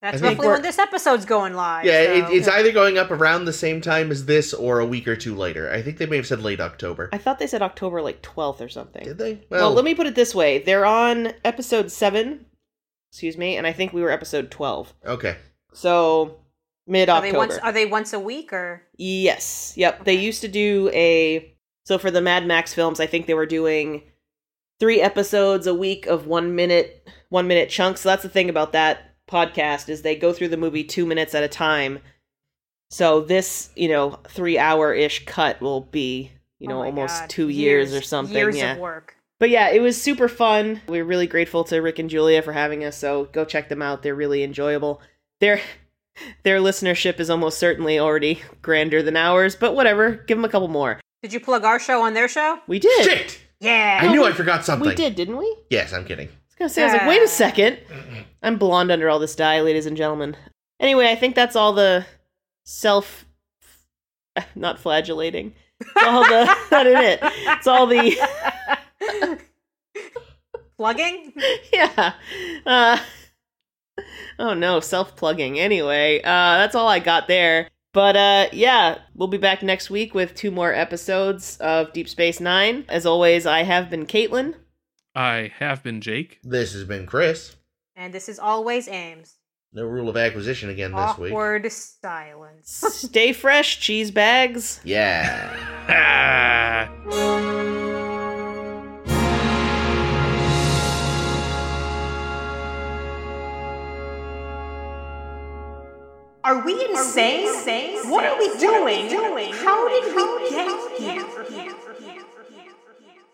Speaker 4: I
Speaker 2: That's
Speaker 4: think
Speaker 2: roughly
Speaker 1: we're-
Speaker 2: when this episode's going live.
Speaker 4: Yeah,
Speaker 2: so-
Speaker 4: it, it's either going up around the same time as this or a week or two later. I think they may have said late October.
Speaker 1: I thought they said October like 12th or something.
Speaker 4: Did they?
Speaker 1: Well, let me put it this way: they're on episode seven, excuse me, and I think we were episode 12.
Speaker 4: Okay.
Speaker 1: So
Speaker 2: Are
Speaker 1: mid-October.
Speaker 2: they once? Are they once a week or?
Speaker 1: Yes. Yep. They
Speaker 2: Okay.
Speaker 1: used to do a so for the Mad Max films, I think they were doing three episodes a week of one minute one minute chunks. So that's the thing about that podcast is they go through the movie two minutes at a time. So this, you know, three hour ish cut will be, you
Speaker 2: Oh
Speaker 1: know,
Speaker 2: my
Speaker 1: almost
Speaker 2: God.
Speaker 1: two years, or something.
Speaker 2: Years
Speaker 1: yeah.
Speaker 2: of work.
Speaker 1: But yeah, it was super fun. We are really grateful to Rick and Julia for having us. So go check them out; they're really enjoyable. Their their listenership is almost certainly already grander than ours, but whatever. Give them a couple more.
Speaker 2: Did you plug our show on their show?
Speaker 1: We did.
Speaker 4: Shit! I
Speaker 2: Yeah.
Speaker 4: knew I forgot something.
Speaker 1: We did, didn't we? I
Speaker 4: Yes, I'm kidding.
Speaker 1: was gonna say, I was like, wait a second. I'm blonde under all this dye, ladies and gentlemen. Anyway, I think that's all the self, not flagellating. It's all the that in it. It's all the
Speaker 2: Plugging?
Speaker 1: yeah. Uh, oh no, self plugging. Anyway, uh, that's all I got there. But uh, yeah, we'll be back next week with two more episodes of Deep Space Nine. As always, I have been Caitlin.
Speaker 3: I have been Jake.
Speaker 4: This has been Chris.
Speaker 2: And this is always Ames.
Speaker 4: No rule of acquisition again this week.
Speaker 2: Awkward silence.
Speaker 1: Stay fresh, cheese bags.
Speaker 4: Yeah.
Speaker 3: Ah.
Speaker 2: Are we insane? What are we doing? How did we get here?